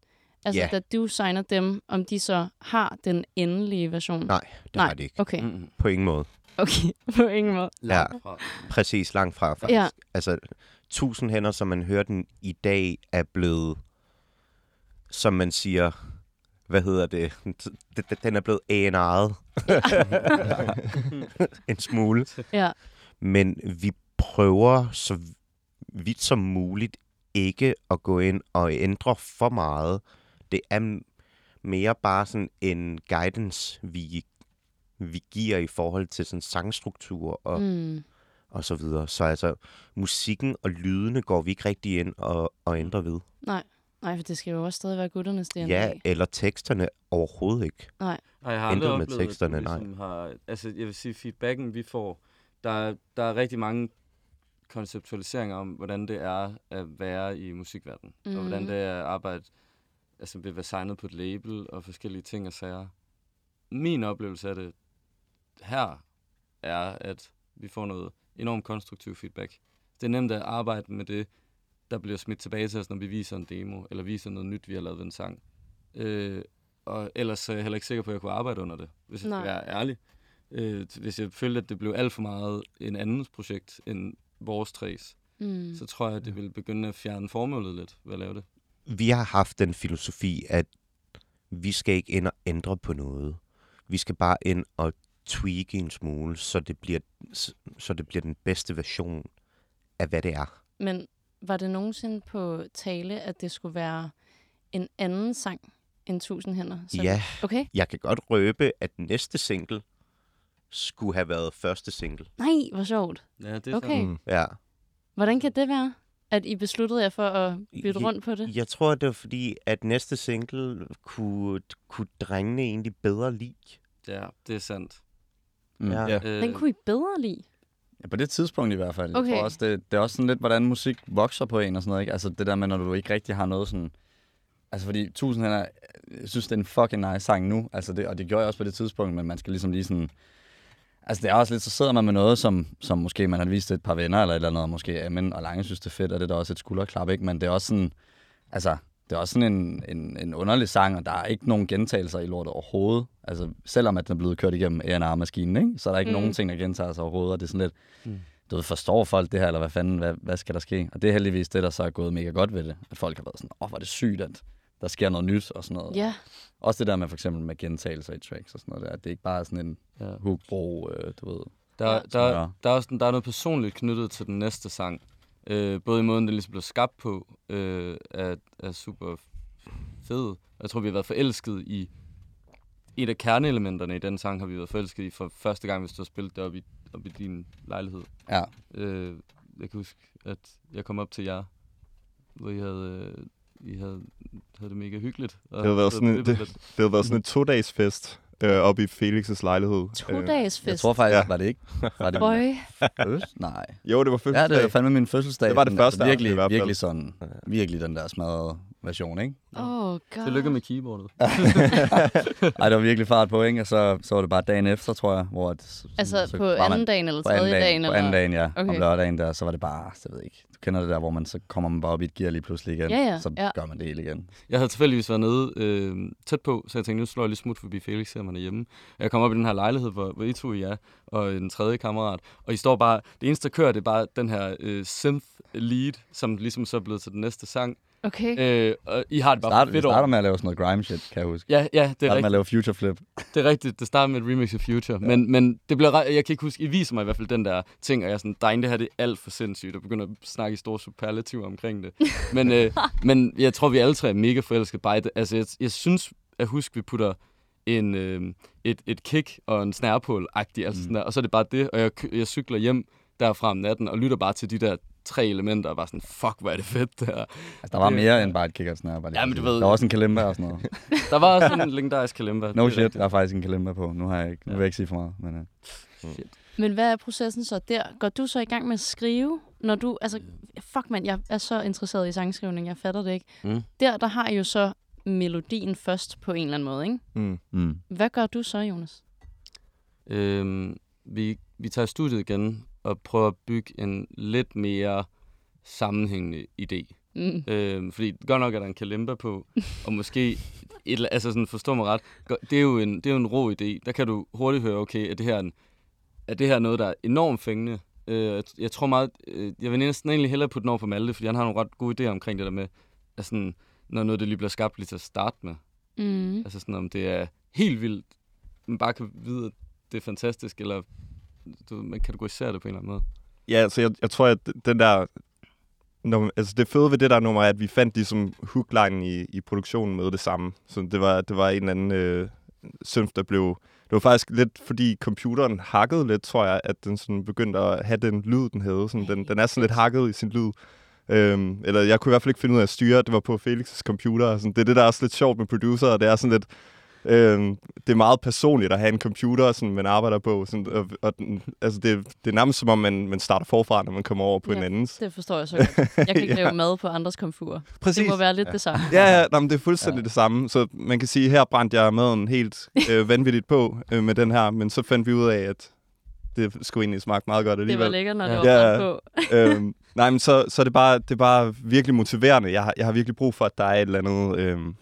A: altså
C: Ja.
A: da du signer dem, om de så har den endelige version?
C: Nej, det
A: Nej.
C: har de ikke.
A: Okay.
K: Mm.
C: På ingen måde.
A: okay, [laughs] på ingen måde.
C: Ja, præcis langt fra faktisk.
A: Ja.
C: Ja. Altså, tusind hænder, som man hører den i dag, er blevet, som man siger, hvad hedder det? Den- den- Den er blevet A&R'et. [laughs] en smule.
A: Ja.
C: Men vi prøver så vidt som muligt ikke at gå ind og ændre for meget. Det er m- mere bare sådan en guidance, vi, vi giver i forhold til sådan sangstruktur og,
A: Mm.
C: og så videre. Så altså, musikken og lydene går vi ikke rigtig ind og, og ændrer ved.
A: Nej. Nej, for det skal jo også stadig være gutternes DNA.
C: Ja, eller teksterne overhovedet ikke.
A: Nej.
K: Og jeg har aldrig
C: Intet med
K: oplevet, at du
C: teksterne, nej.
K: ligesom Har, altså, jeg vil sige, feedbacken vi får, der, er- der er rigtig mange konceptualiseringer om, hvordan det er at være i musikverdenen, mm. og hvordan
A: Mhm.
K: det er at arbejde, altså ved at være signet på et label og forskellige ting og sager. Min oplevelse af det her er, at vi får noget enormt konstruktiv feedback. Det er nemt at arbejde med det, der bliver smidt tilbage til os, når vi viser en demo, eller viser noget nyt, vi har lavet ved en sang. Øh, og ellers er jeg heller ikke sikker på, at jeg kunne arbejde under det, hvis jeg
A: Nej.
K: skal være ærlig. Øh, hvis jeg følte, at det blev alt for meget en andens projekt end vores træs,
A: Mm.
K: så tror jeg, at det ville begynde at fjerne formålet lidt ved at lave det.
C: vi har haft den filosofi, at vi skal ikke ind og ændre på noget. Vi skal bare ind og tweake en smule, så det bliver, så det bliver den bedste version af, hvad det er.
A: Men var det nogensinde på tale, at det skulle være en anden sang end Tusind Hænder?
C: Så, ja,
A: okay.
C: jeg kan godt røbe, at næste single skulle have været første single.
A: Nej, hvor sjovt.
K: Ja, det
A: er okay. sådan.
C: Ja.
A: Hvordan kan det være, at I besluttede jer for at bytte rundt på det?
C: Jeg tror, det var fordi, at næste single kunne, kunne drengene egentlig bedre lide.
K: Ja, det er sandt. Øh,
B: Mm.
C: Ja.
B: Ja.
A: Den kunne I bedre lide?
B: Ja, på det tidspunkt i hvert fald.
A: Okay.
B: Jeg tror også, det, det er også sådan lidt, hvordan musik vokser på en og sådan noget. Ikke? Altså det der med, når du ikke rigtig har noget sådan... Altså fordi tusind hænder, jeg synes, det er en fucking nice sang nu. Altså det, og det gjorde jeg også på det tidspunkt, men man skal ligesom lige sådan... Altså det er også lidt, så sidder man med noget, som, som måske man har vist et par venner eller et eller andet, og måske Amen og Lange synes, det er fedt, og det er da også et skulderklap, ikke? Men det er også sådan, altså, det er også sådan en, en, en underlig sang, og der er ikke nogen gentagelser i lortet overhovedet. Altså, selvom at den er blevet kørt igennem A&R-maskinen, ikke? Så er der ikke
A: Mm.
B: mm. nogen ting, der gentager sig overhovedet, og det er sådan lidt, mm. du ved, forstår folk det her, eller hvad fanden, hvad, hvad skal der ske? Og det er heldigvis det, der så er gået mega godt ved det, at folk har været sådan, åh, oh, hvor er det sygt, at der sker noget nyt, og sådan noget.
A: Ja.
B: Også det der med for eksempel med gentagelser i tracks og sådan noget der, at det ikke bare er sådan en
K: Ja.
B: hookbro, øh, du ved.
K: Der, ja.
B: Sådan
K: der,
B: der.
K: der, er også, der er noget personligt knyttet til den næste sang. Øh, både i måden, den ligesom blev skabt på, øh, er, er super fed. Jeg tror, vi har været forelsket i... Et af kerneelementerne i den sang har vi været forelsket i for første gang, hvis du har spillet det op i, op i din lejlighed.
B: Ja.
K: Øh, jeg kan huske, at jeg kom op til jer, hvor I havde, øh, I havde, havde det mega hyggeligt. Og
L: Det havde været
K: så
L: sådan, en-
K: blev
L: det, det havde været sådan en to-dages fest øh, oppe i Felix' lejlighed. Øh,
A: To dages
B: Jeg
A: fest.
B: tror faktisk,
L: Ja.
B: ja. var det ikke? Var det
A: Øj,
B: Øst? Nej.
L: Jo, det var
B: Ja,
L: fødselsdag.
B: det var fandme min fødselsdag.
L: Det var det
B: Den-
L: første aften i
B: virkelig,
L: hvert fald.
B: Virkelig sådan, virkelig den der smadrede version, ikke?
A: oh god.
K: Tillykke med keyboardet.
B: Ej, det var virkelig fart på, ikke? Og så, så var det bare dagen efter, tror jeg, hvor... At, så,
A: Altså
B: så
A: på
B: var man-
A: anden dagen eller
B: på anden
A: tredje dagen?
B: På
A: eller?
B: anden dagen, ja. Okay. Om
A: Okay.
B: lørdagen der, så var det bare, jeg ved ikke, du kender det der, hvor man så kommer man bare op i et gear lige pludselig igen.
A: Ja, ja,
B: Så
A: ja.
B: gør man det hele igen.
K: Jeg havde tilfældigvis været nede øh, tæt på, så jeg tænkte, nu slår jeg lige smut forbi Felix, her man er hjemme. Og Jeg kom op i den her lejlighed, hvor, hvor I to I er, og en tredje kammerat. Og I står bare, det eneste, der kører, det er bare den her øh, synth-lead, som ligesom så er blevet til den næste sang.
A: Okay.
K: Øh, og I har det bare
B: Start, vi
K: fedt over.
B: starter med at lave sådan noget grime shit, kan jeg huske.
K: Ja, ja, det
B: Det er
K: er
B: med
K: rigtigt.
B: at lave future flip.
K: Det er rigtigt. Det starter med et remix af Future. Ja. Men, men det bliver, re- jeg kan ikke huske, I viser mig i hvert fald den der ting, og jeg er sådan, dreng, det her det er alt for sindssygt, og begynder at snakke i store superlativer
B: [laughs]
K: omkring det. Men, øh, men jeg tror, vi alle tre er mega forelskede bare i det. Altså, jeg, jeg synes, at husk, vi putter en, øh, et, et kick og en snærpål
B: Mm.
K: agtigt altså sådan der, og så er det bare det, og jeg, kø- jeg cykler hjem derfra om natten og lytter bare til de der tre elementer, og bare sådan, fuck, hvor er det fedt, det her.
B: Altså, der var mere end bare et kick og sådan noget.
K: Ja, men du ved-
B: Der var også en kalimba og sådan noget.
K: Der var
B: [laughs]
K: også sådan en legendarisk kalimba.
B: No shit, der er faktisk en kalimba på. Nu har jeg ikke, nu vil jeg ikke sige for meget. Men, uh,
A: Men hvad er processen så der? Går du så i gang med at skrive, når du... Altså, fuck mand, jeg er så interesseret i sangskrivning, jeg fatter det ikke.
K: Mm.
A: Der, der har I jo så melodien først på en eller anden måde, ikke?
L: Mm.
B: mm.
A: Hvad gør du så, Jonas?
K: Øhm, vi, vi tager i studiet igen og prøver at bygge en lidt mere sammenhængende idé.
A: Mm.
K: Øhm, fordi godt nok er der en kalimba på, og måske, et, eller- altså sådan, forstå mig ret, go- det er, jo en, det er jo en rå idé. Der kan du hurtigt høre, okay, at det her er, en, er det her noget, der er enormt fængende. Øh, jeg- jeg tror meget, øh, jeg vil næsten egentlig hellere putte den over på Malte, fordi han har nogle ret gode idéer omkring det der med, at sådan, når noget det lige bliver skabt lige til at starte med.
A: Mm.
K: Altså sådan, om det er helt vildt, man bare kan vide, at det er fantastisk, eller du, ved, man kategoriserer det på en eller anden måde.
L: Ja, altså jeg, jeg tror, at den der... Når, altså det fede ved det der nummer er, at vi fandt ligesom hooklinen i, i produktionen med det samme. Så det var, det var en eller anden øh, synth, der blev... Det var faktisk lidt, fordi computeren hakkede lidt, tror jeg, at den sådan begyndte at have den lyd, den havde. Sådan, den, den er sådan lidt hakket i sin lyd. Øhm, eller jeg kunne i hvert fald ikke finde ud af at styre, det var på Felix' computer. og Sådan. Det er det, der er også lidt sjovt med producer, og det er sådan lidt... Øhm, det er meget personligt at have en computer, sådan, man arbejder på. Sådan, og, og den, altså, det, det er nærmest som om, man, man starter forfra, når man kommer over på
A: Ja.
L: ja. en andens.
A: Det forstår jeg så godt. Jeg
K: [laughs]
A: kan ikke lave mad på andres komfurer.
L: Præcis.
A: Det må være lidt det samme.
L: Ja, ja nej, men det er fuldstændig ja. det samme. Så man kan sige, her brændte jeg maden helt øh, vanvittigt på øh, med den her, men så fandt vi ud af, at det skulle egentlig smage meget godt
A: Det var
L: alligevel.
A: lækkert, når
K: Ja.
A: det
L: Ja.
A: var ja. på.
L: øhm, nej, men så, så er det bare, det er bare virkelig motiverende. Jeg har, jeg har virkelig brug for, at der er et eller andet, øhm,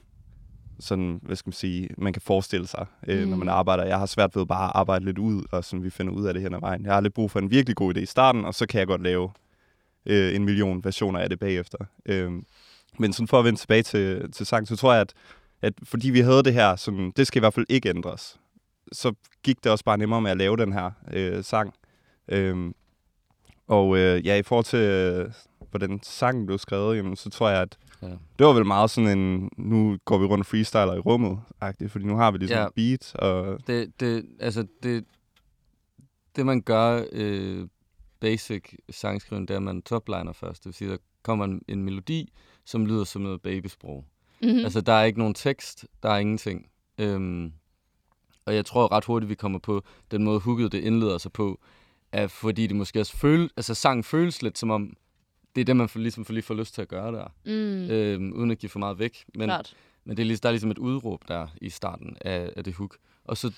L: sådan, hvad skal man sige, man kan forestille sig, øh, mm. når man arbejder. Jeg har svært ved bare at arbejde lidt ud, og sådan, vi finder ud af det hen ad vejen. Jeg har lidt brug for en virkelig god idé i starten, og så kan jeg godt lave øh, en million versioner af det bagefter. Øhm, men sådan for at vende tilbage til, til sang, så tror jeg, at, at fordi vi havde det her, sådan, det skal i hvert fald ikke ændres, så gik det også bare nemmere med at lave den her øh, sang. Øhm, og øh, ja, i forhold til, øh, hvordan sangen blev skrevet, jamen, så tror jeg, at ja. det var vel meget sådan en, nu går vi rundt og freestyler i rummet, -agtigt, fordi nu har vi ligesom ja. et beat. Og...
K: Det, det, altså, det, det man gør øh, basic sangskriven, det er, at man topliner først. Det vil sige, der kommer en, en melodi, som lyder som noget babysprog. Mm-hmm. Altså, der er ikke nogen tekst, der er ingenting. Øhm, og jeg tror ret hurtigt, vi kommer på den måde, hooket det indleder sig på, er, fordi det måske også føles, altså sangen føles lidt som om, det er det, man for, ligesom for lige får lyst til at gøre der, mm. øhm, uden at give for meget væk. Men,
A: Klart.
K: men det er, ligesom, der er ligesom et udråb der i starten af, af det hook. Og så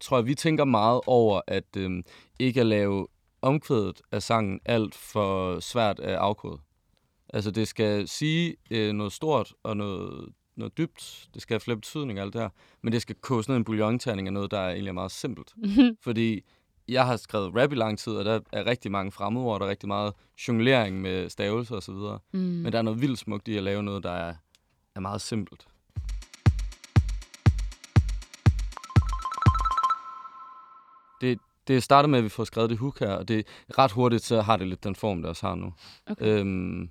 K: tror jeg, vi tænker meget over, at øhm, ikke at lave omkvædet af sangen alt for svært at afkode. Altså, det skal sige øh, noget stort og noget, noget dybt. Det skal have flere betydninger og alt det her. Men det skal koge sådan en bouillonterning af noget, der er egentlig meget simpelt. Fordi jeg har skrevet rap i lang tid, og der er rigtig mange fremmedord, der er rigtig meget jonglering med stavelser osv. Mm. Men der er noget vildt smukt i at lave noget, der er, er meget simpelt. Det, det starter med, at vi får skrevet det hook her, og det ret hurtigt, så har det lidt den form, det også har nu. Okay. Øhm,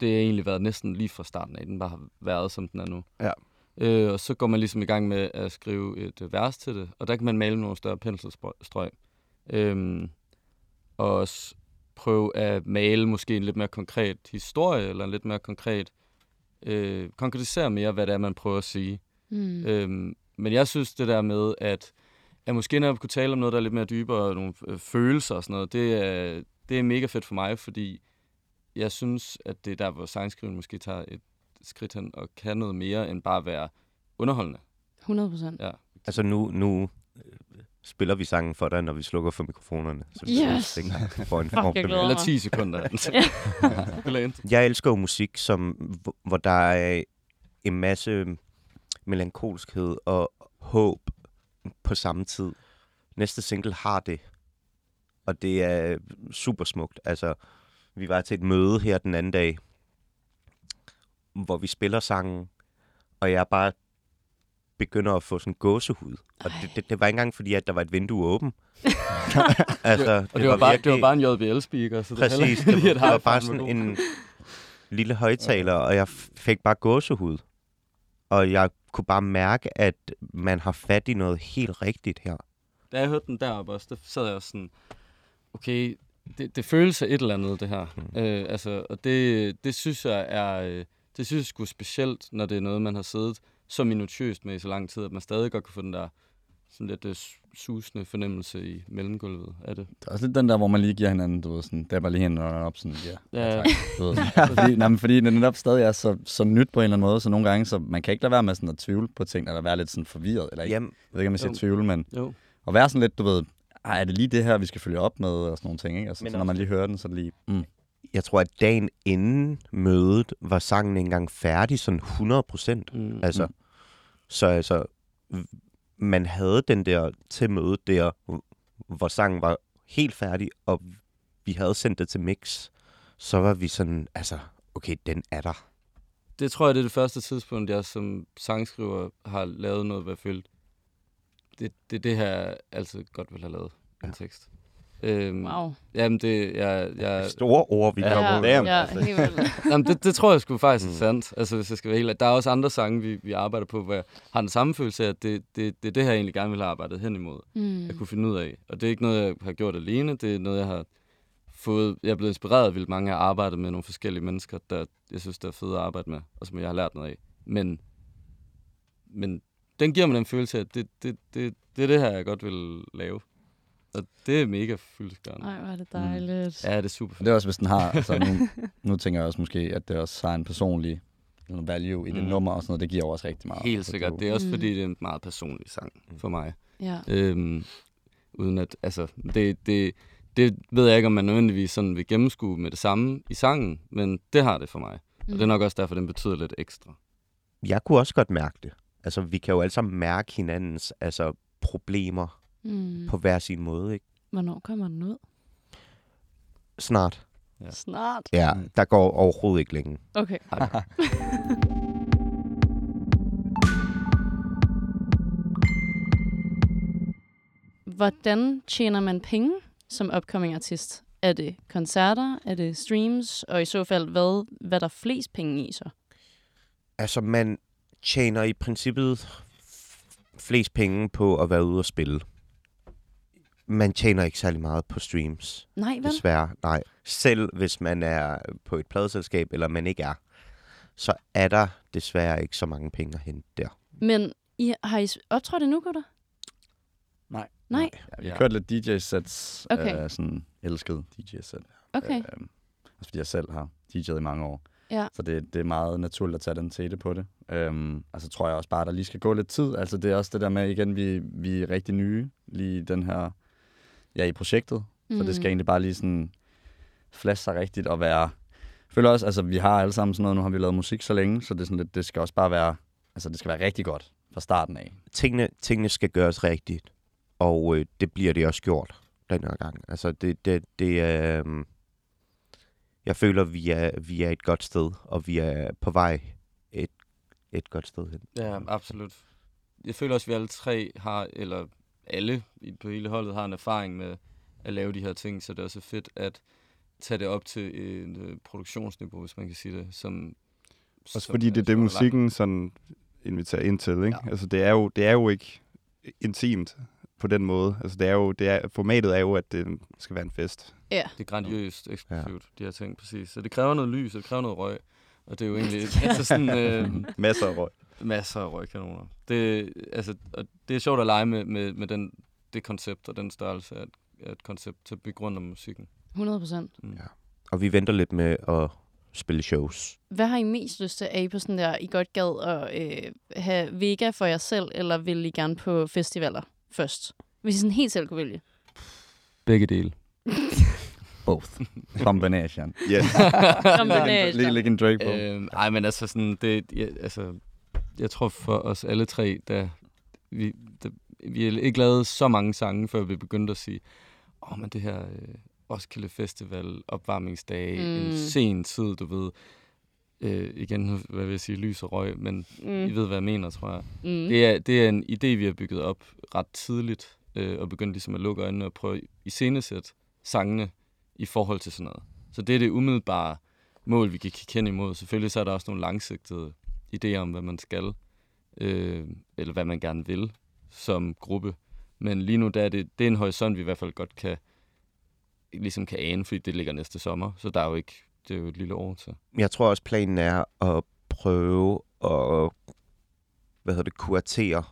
K: det har egentlig været næsten lige fra starten af, den bare har været, som den er nu.
L: Ja.
K: Øh, og så går man ligesom i gang med at skrive et øh, vers til det, og der kan man male nogle større penselstrøg. Øhm, og også prøve at male måske en lidt mere konkret historie, eller en lidt mere konkret, øh, konkretisere mere, hvad det er, man prøver at sige. Mm. Øhm, men jeg synes det der med, at, at måske når jeg kunne tale om noget, der er lidt mere dybere, nogle øh, følelser og sådan noget, det er, det er mega fedt for mig, fordi jeg synes, at det er der, hvor sangskriven måske tager et skridt hen og kan noget mere end bare være underholdende.
A: 100 procent.
K: Ja.
C: Altså nu, nu spiller vi sangen for dig, når vi slukker for mikrofonerne. Så
A: yes!
C: Så jeg for en
A: Fuck, jeg glæder
K: Eller 10 [laughs] sekunder.
C: jeg elsker jo musik, som, hvor der er en masse melankolskhed og håb på samme tid. Næste single har det, og det er super smukt. Altså, vi var til et møde her den anden dag, hvor vi spiller sangen, og jeg bare begynder at få sådan gåsehud. Og det, det, det var ikke engang fordi, at der var et vindue åbent. altså,
K: og det, det, var, var bare, virkelig... det var bare en JBL-speaker. Så
C: Præcis, det,
K: [laughs] det,
C: var, det var bare sådan en lille højtaler, og jeg fik bare gåsehud. Og jeg kunne bare mærke, at man har fat i noget helt rigtigt her.
K: Da jeg hørte den deroppe også, der sad jeg også sådan, okay, det, det føles af et eller andet, det her. Mm. Øh, altså, og det, det synes jeg er... øh, Det synes jeg sgu specielt, når det er noget, man har siddet så minutiøst med i så lang tid, at man stadig godt kan få den der sådan lidt øh, susende fornemmelse i mellemgulvet af det.
B: Det er også lidt den der, hvor man lige giver hinanden, du ved, sådan, der bare lige hinanden op, sådan, ja,
K: [laughs]
B: ja.
K: Ja.
B: tak. Du ved, sådan. fordi, nej, men fordi den netop stadig er så, så nyt på en eller anden måde, så nogle gange, så man kan ikke lade være med sådan at tvivle på ting, eller være lidt sådan forvirret, eller ikke,
C: Jamen.
B: jeg ved ikke, om jeg siger
K: Jo.
B: tvivle, men
K: Jo.
B: at være sådan lidt, du ved, ej, er det lige det her, vi skal følge op med, og sådan nogle ting, ikke? Altså,
C: Men
B: så når man lige hører den, så er det lige, mm,
C: Jeg tror, at dagen inden mødet var sangen ikke engang færdig, sådan 100 procent.
K: Mm.
C: Mm. Altså, så altså, man havde den der til mødet der, hvor sangen var helt færdig, og vi havde sendt det til mix, så var vi sådan, altså, okay, den er der.
K: Det tror jeg, det er det første tidspunkt, jeg som sangskriver har lavet noget, hvad jeg følte. Det, det er det her, jeg altid godt vil have lavet en tekst. Øhm,
A: Wow.
K: Jamen, det, jeg, jeg,
C: Store ord, vi har brugt.
A: ja, ja,
K: altså.
A: helt vildt.
K: [laughs] Jamen, det, det tror jeg sgu faktisk er sandt. Altså, hvis jeg skal være helt ærlig. Der er også andre sange, vi, vi arbejder på, hvor jeg har den samme følelse af, at det, det, det er det her, jeg egentlig gerne vil have arbejdet hen imod. Mm. Jeg kunne finde ud af. Og det er ikke noget, jeg har gjort alene. Det er noget, jeg har fået... Jeg er blevet inspireret af vildt mange at arbejde med nogle forskellige mennesker, der jeg synes, der er fede at arbejde med, og som jeg har lært noget af. Men, men den giver mig den følelse af, at det, det, det, det er det her, jeg godt vil lave. Og det er mega fyldestgørende.
A: Ej, hvor er det dejligt.
K: Ja, det er super
B: Og det er også, hvis den har, altså nu,
K: [laughs]
B: nu tænker jeg også måske, at det også har en personlig sådan value i det
K: Mm.
B: mm. nummer og sådan noget. Det giver jo også rigtig meget.
K: Helt
B: Altså,
K: sikkert. Det er også fordi, det er en meget personlig sang
B: Mm.
K: for mig.
A: Ja.
K: Øhm, uden at, altså, det, det, det ved jeg ikke, om man nødvendigvis sådan vil gennemskue med det samme i sangen, men det har det for mig. Mm. Og det er nok også derfor, den betyder lidt ekstra.
C: Jeg kunne også godt mærke det. Altså, vi kan jo alle sammen mærke hinandens altså, problemer
A: Mm.
C: på hver sin måde, ikke?
A: Hvornår kommer den ud?
C: Snart.
K: Ja.
A: Snart.
C: Ja, der går overhovedet ikke længe.
A: Okay. [laughs] Hvordan tjener man penge som upcoming artist? Er det koncerter? Er det streams? Og i så fald, hvad, hvad der er flest penge i så?
C: Altså, man tjener i princippet flest penge på at være ude og spille. Man tjener ikke særlig meget på streams.
A: Nej, vel?
C: Desværre, nej. Selv hvis man er på et pladeselskab, eller man ikke er, så er der desværre ikke så mange penge at hente der.
A: Men I, har I s- optrådt endnu, gutter?
B: Nej.
A: Nej?
B: Ja, vi ja. kørte lidt DJ-sets.
A: Okay.
B: Øh, sådan elskede DJ-set.
A: Okay.
B: Øh, også fordi jeg selv har DJ'et i mange år.
A: Ja.
B: Så det, det er meget naturligt at tage den tætte på det. Øhm, og så tror jeg også bare, at der lige skal gå lidt tid. Altså det er også det der med, igen, vi, vi er rigtig nye lige i den her, ja, i projektet. Mm. Så
E: Mm.
B: det skal egentlig bare lige sådan flash sig rigtigt og være... Jeg føler også, altså vi har alle sammen sådan noget, nu har vi lavet musik så længe, så det, er sådan lidt, det skal også bare være, altså det skal være rigtig godt fra starten af.
C: Tingene, tingene skal gøres rigtigt, og øh, det bliver det også gjort den her gang. Altså, det, det, det øh, jeg føler, vi er, vi er et godt sted, og vi er på vej et, et godt sted hen.
K: Ja, absolut. Jeg føler også, at vi alle tre har, eller alle i- på hele holdet har en erfaring med at lave de her ting, så det er også fedt at tage det op til et øh, produktionsniveau, hvis man kan sige det. Som,
L: Også
K: som
L: fordi
K: er
L: det er det,
K: sjovt at lege.
L: musikken sådan inviterer ind til, ikke? Ja. Altså, det er, jo, det er jo ikke intimt på den måde. Altså, det er jo, det er, formatet er jo, at det skal være en fest.
A: Ja.
K: Det er grandiøst, eksplosivt, ja. de her ting, præcis. Så det kræver noget lys, og det kræver noget røg, og det er jo egentlig...
L: [laughs]
K: altså sådan, øh,
L: Masser af røg.
K: Masser af røgkanoner. Det, altså, og det er sjovt at lege med, med, med den, det koncept og den størrelse af et, af et koncept til at bygge rundt om musikken.
A: 100 procent.
C: Og vi venter lidt med at spille shows.
A: Hvad har I mest lyst til? Er I på sådan der, I godt gad at øh, have vega for jer selv, eller vil I gerne på festivaler først? Hvis I sådan helt selv kunne vælge.
K: Begge dele.
B: [laughs] Both.
A: [laughs]
B: Combination.
L: Yes.
A: Combination.
B: Læg, læg en Drake på.
K: Øhm, ej, men altså sådan, det, ja, altså, jeg tror for os alle tre, da vi, da, vi har ikke lavet så mange sange, før vi begyndte at sige, åh, oh, men det her øh, Roskilde Festival, opvarmningsdage, mm.
E: Mm.
K: en sen tid, du ved, øh, igen, nu- hvad vil jeg sige, lys og røg, men
E: Mm.
K: mm. I ved, hvad jeg mener, tror jeg.
E: Mm.
K: Det, er, det er en idé, vi har bygget op ret tidligt, øh, og begyndt ligesom at lukke øjnene og prøve i scenesæt sangene i forhold til sådan noget. Så det er det umiddelbare mål, vi kan kigge hen imod. Selvfølgelig så er der også nogle langsigtede idéer om, hvad man skal, øh, eller hvad man gerne vil som gruppe. Men lige nu, der er det, det er en horisont, vi i hvert fald godt kan, ligesom kan ane, fordi det ligger næste sommer, så der er jo ikke, det er jo et lille år til.
C: Jeg tror også, planen er at prøve at hvad hedder det, kuratere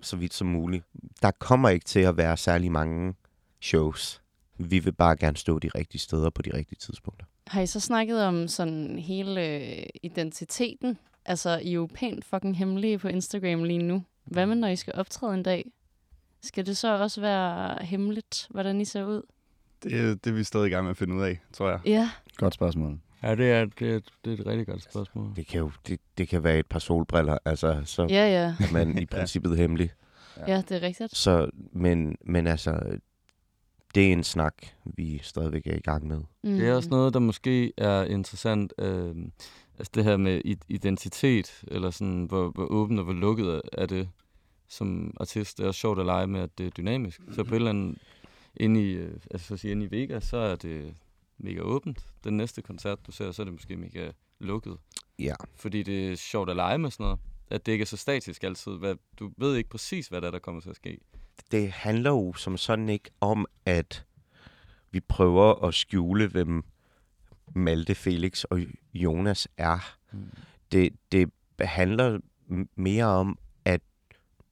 C: så vidt som muligt. Der kommer ikke til at være særlig mange shows. Vi vil bare gerne stå de rigtige steder på de rigtige tidspunkter.
A: Har I så snakket om sådan hele øh, identiteten? Altså, I er jo pænt fucking hemmelige på Instagram lige nu. Hvad med, når I skal optræde en dag? Skal det så også være hemmeligt, hvordan I ser ud?
L: Det, det er vi stadig i gang med at finde ud af, tror jeg.
A: Ja.
B: Godt spørgsmål.
K: Ja, det er, det er, det er et rigtig godt spørgsmål.
C: Det kan jo det, det kan være et par solbriller, altså så
A: Ja, ja.
C: er man [laughs] i princippet hemmelig.
A: Ja, det er rigtigt.
C: Så, men, men altså, det er en snak, vi stadigvæk er i gang med.
K: Det
A: Mm.
K: er også
A: Mm-hmm.
K: noget, der måske er interessant. Øh, altså det her med i- identitet, eller sådan, hvor, hvor åbent og hvor lukket er det som artist. Det er også sjovt at lege med, at det er dynamisk. Så på et eller andet, inde i, øh, altså så at sige, inde i Vega, så er det mega åbent. Den næste koncert, du ser, så er det måske mega lukket.
C: Ja.
K: Fordi det er sjovt at lege med sådan noget. At det ikke er så statisk altid. Hvad, du ved ikke præcis, hvad der, er, der kommer til at ske.
C: det handler jo som sådan ikke om, at vi prøver at skjule, hvem Malte, Felix og Jonas er.
K: Mm.
C: Det, det handler m- mere om, at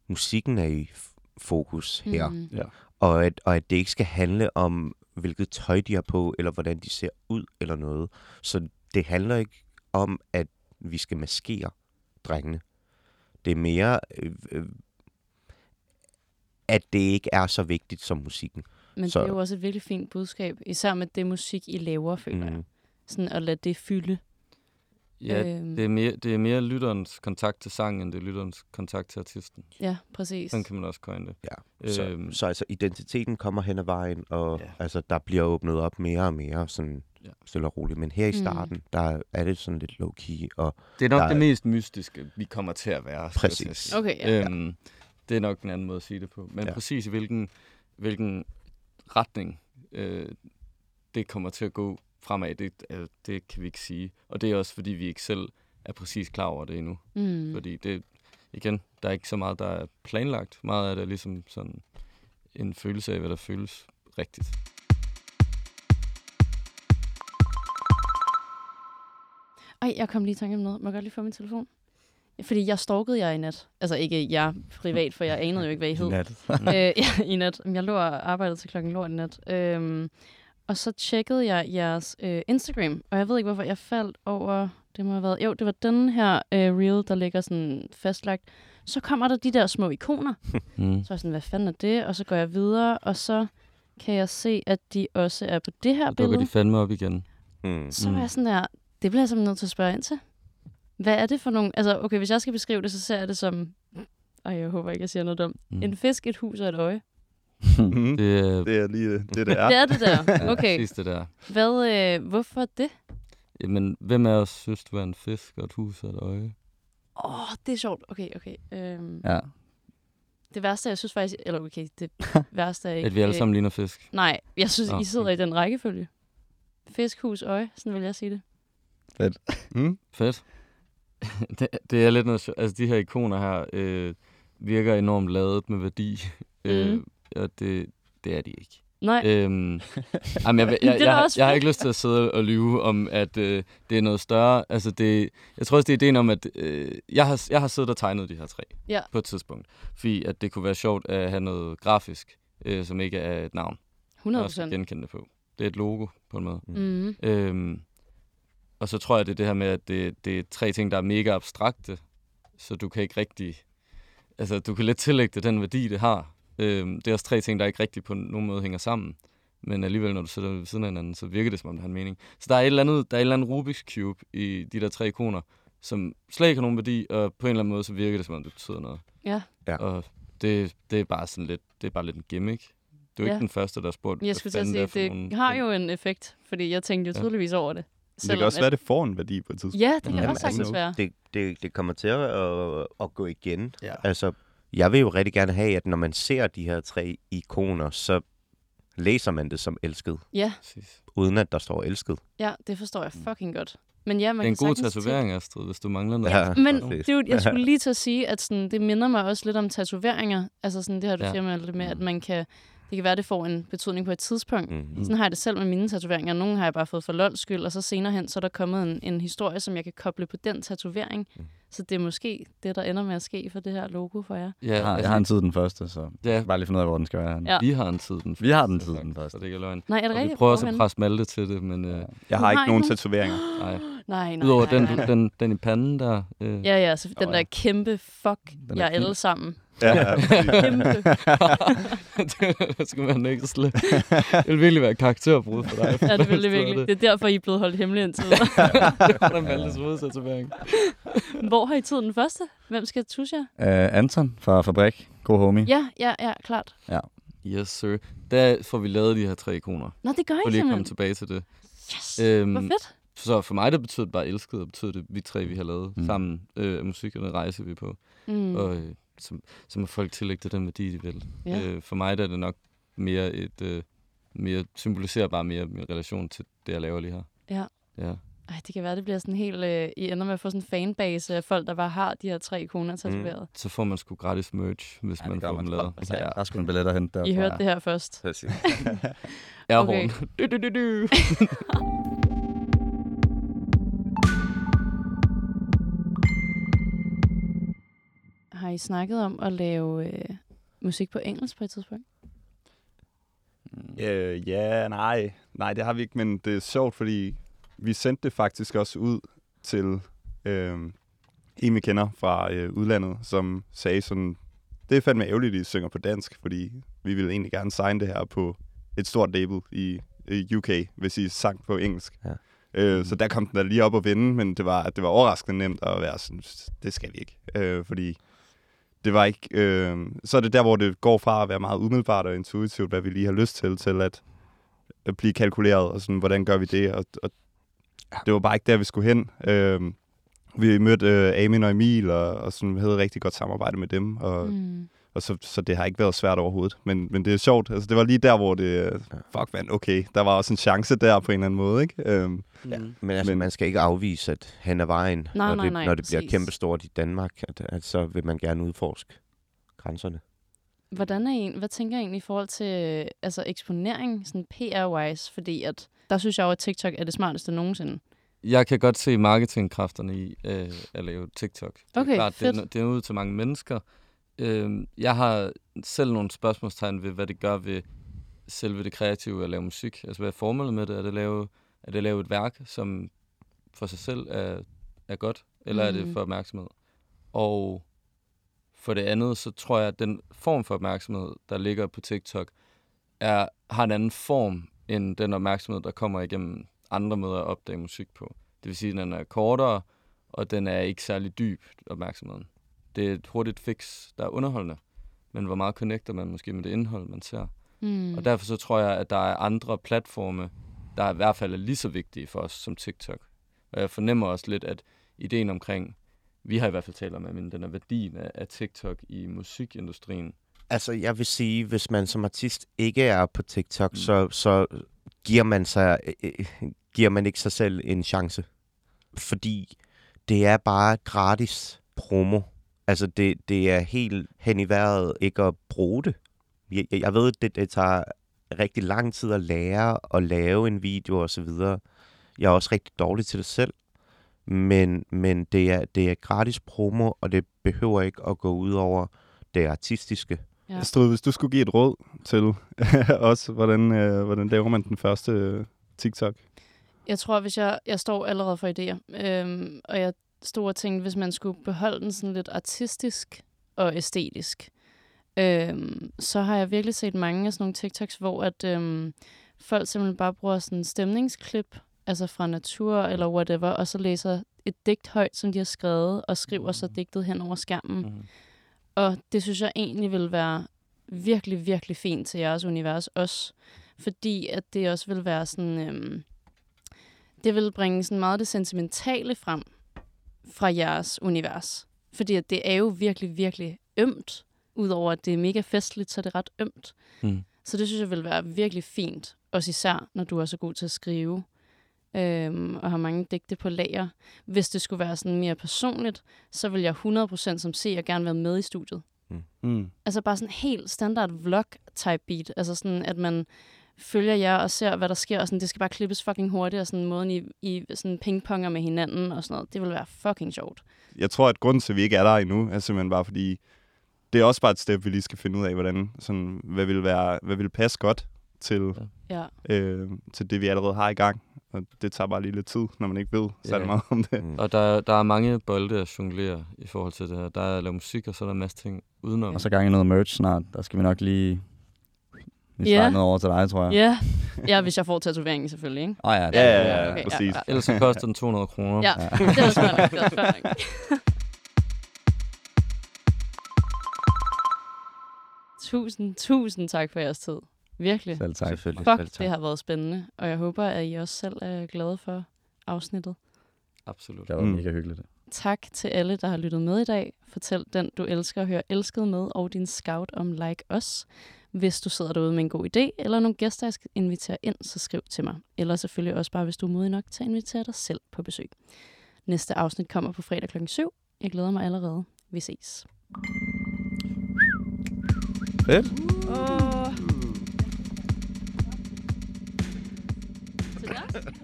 C: musikken er i f- fokus
A: Mm.
C: her.
E: Mhm.
L: Ja.
C: Og, at, og at det ikke skal handle om, hvilket tøj de har på, eller hvordan de ser ud, eller noget. Så det handler ikke om, at vi skal maskere drengene. Det er mere, øh, øh, at det ikke er så vigtigt som musikken.
A: Men
C: så,
A: så... det er jo også et virkelig fint budskab, især med det musik, I laver, føler mm. jeg.
C: Mm.
A: Sådan at lade det fylde.
K: Ja,
A: Øhm.
K: øhm. det, er mere, det er mere lytterens kontakt til sangen, end det er lytterens kontakt til artisten.
A: Ja, præcis.
K: Sådan kan man også coin det.
C: Ja, så,
K: Øhm.
C: så altså identiteten kommer hen ad vejen, og ja. altså, der bliver åbnet op mere og mere, sådan
K: ja.
C: stille og roligt. Men her i
K: Mm.
C: starten, mm. der er det sådan lidt low-key. Og
K: Det er nok
C: der,
K: det mest mystiske, vi kommer til at være. skulle jeg til at
C: Præcis.
K: sige.
A: Okay, ja.
K: Øhm, det er nok en anden måde at sige det på. Men
C: Ja.
K: ja. præcis i hvilken, hvilken retning øh, det kommer til at gå fremad, det, øh, det kan vi ikke sige. Og det er også, fordi vi ikke selv er præcis klar over det endnu.
A: Mm.
K: Øh, Fordi det, igen, der er ikke så meget, der er planlagt. Meget af det er ligesom sådan en følelse af, hvad der føles rigtigt.
A: Ej, jeg kom lige i tanke om noget. Må jeg godt lige få min telefon? Fordi jeg stalkede jer i nat. Altså ikke jeg privat, for jeg anede jo ikke, hvad I hed.
B: I nat.
A: øh, [laughs] ja, i nat. Jamen, Jeg lå og arbejdede til klokken lort i nat. Øhm, og så tjekkede jeg jeres øh, Instagram, og jeg ved ikke, hvorfor jeg faldt over... Det må have været... Jo, det var den her øh, reel, der ligger sådan fastlagt. Så kommer der de der små ikoner.
K: Mm.
A: Så er jeg sådan, hvad fanden er det? Og så går jeg videre, og så kan jeg se, at de også er på det her
K: Så dukker
A: billede.
K: de fandme op igen.
C: Mm.
A: Så var jeg sådan der, det bliver jeg simpelthen nødt til at spørge ind til. Hvad er det for nogle... Altså, okay, hvis jeg skal beskrive det, så ser jeg det som... Ej, jeg håber ikke, jeg siger noget dumt.
K: Mm. [laughs]
A: En fisk, et hus og et øje.
L: Mm.
K: Det er
L: Det er lige det, det
A: [laughs] Ja.
L: er.
A: Det er det der.
K: [laughs] ja,
A: Okay.
K: sidste der.
A: Hvad, øh, hvorfor det?
K: Jamen, hvem af os synes, du er en fisk og et hus og et øje?
A: Åh, oh, det er sjovt. Okay, okay. Øhm, ja.
B: Ja.
A: Det værste, jeg synes faktisk... Eller okay,
K: [laughs]
A: det værste er ikke...
K: At vi alle sammen ligner fisk.
A: Øh, nej, jeg synes,
K: Nå,
A: oh, I sidder i den rækkefølge. Fisk, hus, øje. Sådan vil jeg sige det.
L: Mm.
K: Fedt. [laughs] det, det er lidt noget sjovt. Altså, de her ikoner her øh, virker enormt ladet med værdi. Øh,
A: Mhm.
K: og det, det er de ikke.
A: Nej, øh,
K: Øhm,
A: [laughs]
K: jamen, jeg, jeg, jeg,
A: da
K: jeg,
A: også
K: jeg har
A: fedt.
K: ikke lyst til at sidde og lyve om, at øh, det er noget større. Altså, det, jeg tror også, det er ideen om, at øh, jeg, har, jeg har siddet og tegnet de her tre
A: Ja.
K: på et tidspunkt. Fordi at det kunne være sjovt at have noget grafisk, øh, som ikke er et navn.
A: 100
K: Også
A: procent.
K: genkende det på. Det er et logo på en måde.
A: Mm.
K: Øhm, og så tror jeg, det er det her med, at det, det er tre ting, der er mega abstrakte, så du kan ikke rigtig... Altså, du kan lidt tillægge det den værdi, det har. Øhm, det er også tre ting, der ikke rigtig på nogen måde hænger sammen. Men alligevel, når du sætter dem ved siden af hinanden, så virker det, som om det har en mening. Så der er et eller andet, der er et eller andet Rubik's Cube i de der tre ikoner, som slet ikke har nogen værdi, og på en eller anden måde, så virker det, som om det betyder noget.
A: Ja.
C: Ja.
K: Og det, det er bare sådan lidt, det er bare lidt en gimmick. Du er
A: Ja.
K: ikke den første, der har spurgt,
A: Jeg
K: hvad
A: skulle til at
K: fanden
A: sige,
K: er for
A: det
K: nogle
A: har
K: ting.
A: jo en effekt, fordi jeg tænkte jo
K: Ja.
A: tydeligvis over det.
L: Det kan også være,
A: at-
L: det får en værdi på et tidspunkt.
A: Ja, det kan
L: Ja,
A: også
L: altså,
A: sagtens være.
C: det, det, det kommer til at, at, at gå igen.
B: Ja.
C: Altså, jeg vil jo rigtig gerne have, at når man ser de her tre ikoner, så læser man det som elsket,
A: Ja,
K: Præcis.
C: uden at der står elsket.
A: ja, det forstår jeg fucking godt. Men ja, man
K: Det er en
A: kan
K: god
A: sagtens tænke-
K: tatovering, Astrid, hvis du mangler noget.
A: Men
C: præcis.
A: det, er jo- jeg
K: [laughs]
A: skulle lige til at sige, at sådan, det minder mig også lidt om tatoveringer. Altså sådan det her, du ja.
K: Ja. Mm.
A: siger med, alt det med, at man kan, det kan være, det får en betydning på et tidspunkt. Mm.
C: Mhm.
A: Sådan har jeg det selv med mine tatoveringer. Nogle har jeg bare fået for lol skyld, og så senere hen, så er der kommet en, en historie, som jeg kan koble på den tatovering. Mm. Så det er måske det, der ender med at ske for det her logo for jer.
K: Ja,
B: Jeg har, jeg har en tid den første, så
K: ja,
B: bare lige finde ud af, hvor den skal være.
A: Ja.
B: Ja.
K: altså, vi har en tid den
B: Vi har den tid
K: faktisk,
B: den
K: Så
B: første.
K: det ikke er løgn.
A: Nej, er det
K: Og vi
A: rigtigt?
K: prøver også at
A: Hvorhenne?
K: presse Malte til det,
A: [gasps]
K: men øh,
L: Jeg
A: Du
L: har
A: har
L: ikke nogen
A: ikke nogen-
L: tatoveringer.
A: [gasps]
K: nej.
A: Nej, nej,
K: Udover
A: nej,
K: den,
A: nej.
K: den, den i panden der. Øh,
A: Ja, ja, så den der kæmpe fuck,
B: er
A: jeg er
B: fin.
A: alle sammen.
L: Ja, ja, præcis.
A: Kæmpe
K: [laughs] det skulle man ikke slet. Det ville virkelig være et karakterbrud for dig.
A: [laughs] Ja, det ville det
K: Forstår
A: virkelig. Det er derfor, I er blevet holdt hemmelig indtil
K: [laughs]
A: videre.
K: Det var da Maltes hovedtatovering.
A: Hvor har I tid den første? Hvem skal tusse jer?
B: Uh, Anton fra Fabrik. God homie.
A: Ja, ja, ja, klart.
K: Yes, sir. Der får vi lavet de her tre ikoner.
A: Nå, det gør
K: For
A: I
K: lige at
A: simpelthen.
K: komme tilbage til det.
A: Yes.
K: Øhm,
A: Hvor fedt.
K: Så for mig, der betyder det bare elsket, og betyder det, vi tre, vi har lavet
B: Mm.
K: mm. sammen. Øh, musik og den rejse, vi er på.
A: Mm.
K: og øh, som, som at folk tillægger det den værdi, de vil.
A: Ja.
K: Øh, for mig der er det nok mere et, øh, mere symboliserer bare mere min relation til det, jeg laver lige her.
A: Ja.
K: Ja,
A: Ej, det kan være, det bliver sådan helt... Øh, I ender med at få sådan en fanbase af folk, der bare har de her tre
K: Mm.
A: koner tatoveret.
K: så får man sgu gratis merch, hvis
B: Ja,
K: ja,
B: det
K: man
B: gør
K: får
B: man
K: dem
B: sgu.
K: lavet. [laughs]
B: Altså, ja. Der er sgu en billet at hente der.
A: Mm. I hørte det her først.
C: Præcis.
K: Ja,
A: Okay.
K: okay. [laughs] du, du, du, du.
A: [laughs] Har I snakket om at lave øh, musik på engelsk på et tidspunkt?
L: Øh, ja, nej. Nej, det har vi ikke, men det er sjovt, fordi vi sendte det faktisk også ud til øh, en, vi kender fra øh, udlandet, som sagde sådan, det er fandme ærgerligt, at I synger på dansk, fordi vi ville egentlig gerne signe det her på et stort label i, i UK, hvis I sang på engelsk.
C: Ja.
L: Øh, så der kom den da lige op og vinde, men det var, det var overraskende nemt at være sådan, det skal vi ikke, øh, fordi det var ikke... Øh, så er det der, hvor det går fra at være meget umiddelbart og intuitivt, hvad vi lige har lyst til, til at, at blive kalkuleret, og sådan, hvordan gør vi det? Og, og det var bare ikke der, vi skulle hen. Øh, vi mødte øh, Amin og Emil, og, og sådan, havde et rigtig godt samarbejde med dem, og mm.
A: Mm.
L: Og så, så det har ikke været svært overhovedet. Men, men det er sjovt. Altså, det var lige der, hvor det... øh, Fuck, man, okay. Der var også en chance der på en eller anden måde, ikke? Øhm,
C: Ja. Men altså, men... man skal ikke afvise, at hen ad vejen,
A: Nej,
C: når,
A: nej,
C: det,
A: nej,
C: når det bliver
A: præcis.
C: kæmpestort i Danmark, at, at så vil man gerne udforske grænserne.
A: Hvordan er en, hvad tænker jeg egentlig i forhold til øh, altså eksponering, sådan PR-wise? Fordi at, der synes jeg jo, at TikTok er det smarteste nogensinde.
K: Jeg kan godt se marketingkræfterne i øh, at lave TikTok. Det er
A: Okay,
K: det, er,
A: fedt.
K: no- det er ud til mange mennesker. Øh, jeg har selv nogle spørgsmålstegn ved, hvad det gør ved selve det kreative at lave musik. Altså, hvad er formålet med det? Er det at lave, er det at lave et værk, som for sig selv er, er godt, eller mm. er
A: Mhm.
K: det for opmærksomhed? Og for det andet, så tror jeg, at den form for opmærksomhed, der ligger på TikTok, er, har en anden form end den opmærksomhed, der kommer igennem andre måder at opdage musik på. Det vil sige, at den er kortere, og den er ikke særlig dyb, opmærksomheden. Det er et hurtigt fix, der er underholdende, men hvor meget connecter man måske med det indhold, man ser.
A: Mm.
K: Og derfor så tror jeg, at der er andre platforme, der i hvert fald er lige så vigtige for os som TikTok. Og jeg fornemmer også lidt, at ideen omkring, vi har i hvert fald talt om, at den er værdien af, af TikTok i musikindustrien.
C: Altså, jeg vil sige, hvis man som artist ikke er på TikTok, mm. så, så giver, man sig, øh, øh, giver man ikke sig selv en chance. Fordi det er bare gratis promo. Altså, det, det er helt hen i vejret ikke at bruge det. Jeg, jeg- jeg ved, det, det tager rigtig lang tid at lære at lave en video og så videre. Jeg er også rigtig dårlig til det selv. Men, men det, er, det er gratis promo, og det behøver ikke at gå ud over det artistiske.
A: Ja.
L: Astrid, hvis du skulle give et råd til [laughs] os, hvordan, øh, hvordan laver man den første øh, TikTok?
A: Jeg tror, hvis jeg, jeg står allerede for idéer, øhm, og jeg stod og tænkte, hvis man skulle beholde den sådan lidt artistisk og æstetisk, øhm, så har jeg virkelig set mange af sådan nogle TikToks, hvor at, øhm, folk simpelthen bare bruger sådan stemningsklip, altså fra natur eller whatever, og så læser et digt højt, som de har skrevet, og skriver så digtet hen over skærmen.
K: Mhm.
A: Og det synes jeg egentlig vil være virkelig, virkelig fint til jeres univers også, fordi at det også vil være sådan... Øhm, det vil bringe sådan meget det sentimentale frem fra jeres univers. Fordi at det er jo virkelig, virkelig ømt. Udover at det er mega festligt, så er det ret ømt.
K: Mm.
A: Så det synes jeg vil være virkelig fint. Også især, når du er så god til at skrive. Øhm, og har mange digte på lager. Hvis det skulle være sådan mere personligt, så vil jeg 100% som ser gerne være med i studiet.
K: Mm.
A: Altså bare sådan helt standard vlog-type beat. Altså sådan, at man følger jer og ser, hvad der sker, og sådan, det skal bare klippes fucking hurtigt, og sådan måden, I, I sådan pingponger med hinanden og sådan noget. Det vil være fucking sjovt.
L: Jeg tror, at grunden til, at vi ikke er der endnu, er simpelthen bare fordi, det er også bare et step, vi lige skal finde ud af, hvordan, sådan, hvad, vil være, hvad vil passe godt til,
A: Ja.
L: øh, til det, vi allerede har i gang. Og det tager bare lige lidt tid, når man ikke ved særlig
K: Ja. Mm.
L: meget om det.
K: Og der, der er mange bolde at jonglere i forhold til det her. Der er at lave musik, og så er der en masse ting udenom.
B: Og så gang i noget merch snart. Der skal vi nok lige... Vi
A: Ja.
B: yeah. noget over til dig, tror jeg.
A: Ja. ja, hvis jeg får tatoveringen selvfølgelig, ikke?
B: Åh oh, ja, det
L: Ja, ja, ja,
A: Okay, ja,
L: præcis.
A: ja.
K: Ellers så koster den 200 kroner.
A: Ja, det er også fair nok. Det er også fair nok. [laughs] tusind, tusind tak for jeres tid. Virkelig.
B: Selv tak.
C: Selvfølgelig. Selv
A: Fuck,
C: tak.
A: det har været spændende, og jeg håber, at I også selv er glade for afsnittet.
K: Absolut.
B: Det var
L: Mm.
B: mega hyggeligt.
A: Tak til alle, der har lyttet med i dag. Fortæl den, du elsker at høre elsket med, og din scout om Like Us. Hvis du sidder derude med en god idé, eller nogle gæster, jeg skal invitere ind, så skriv til mig. Eller selvfølgelig også bare, hvis du er modig nok til at invitere dig selv på besøg. Næste afsnit kommer på fredag kl. 7. Jeg glæder mig allerede. Vi ses.
B: Fedt.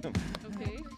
A: Til Okay.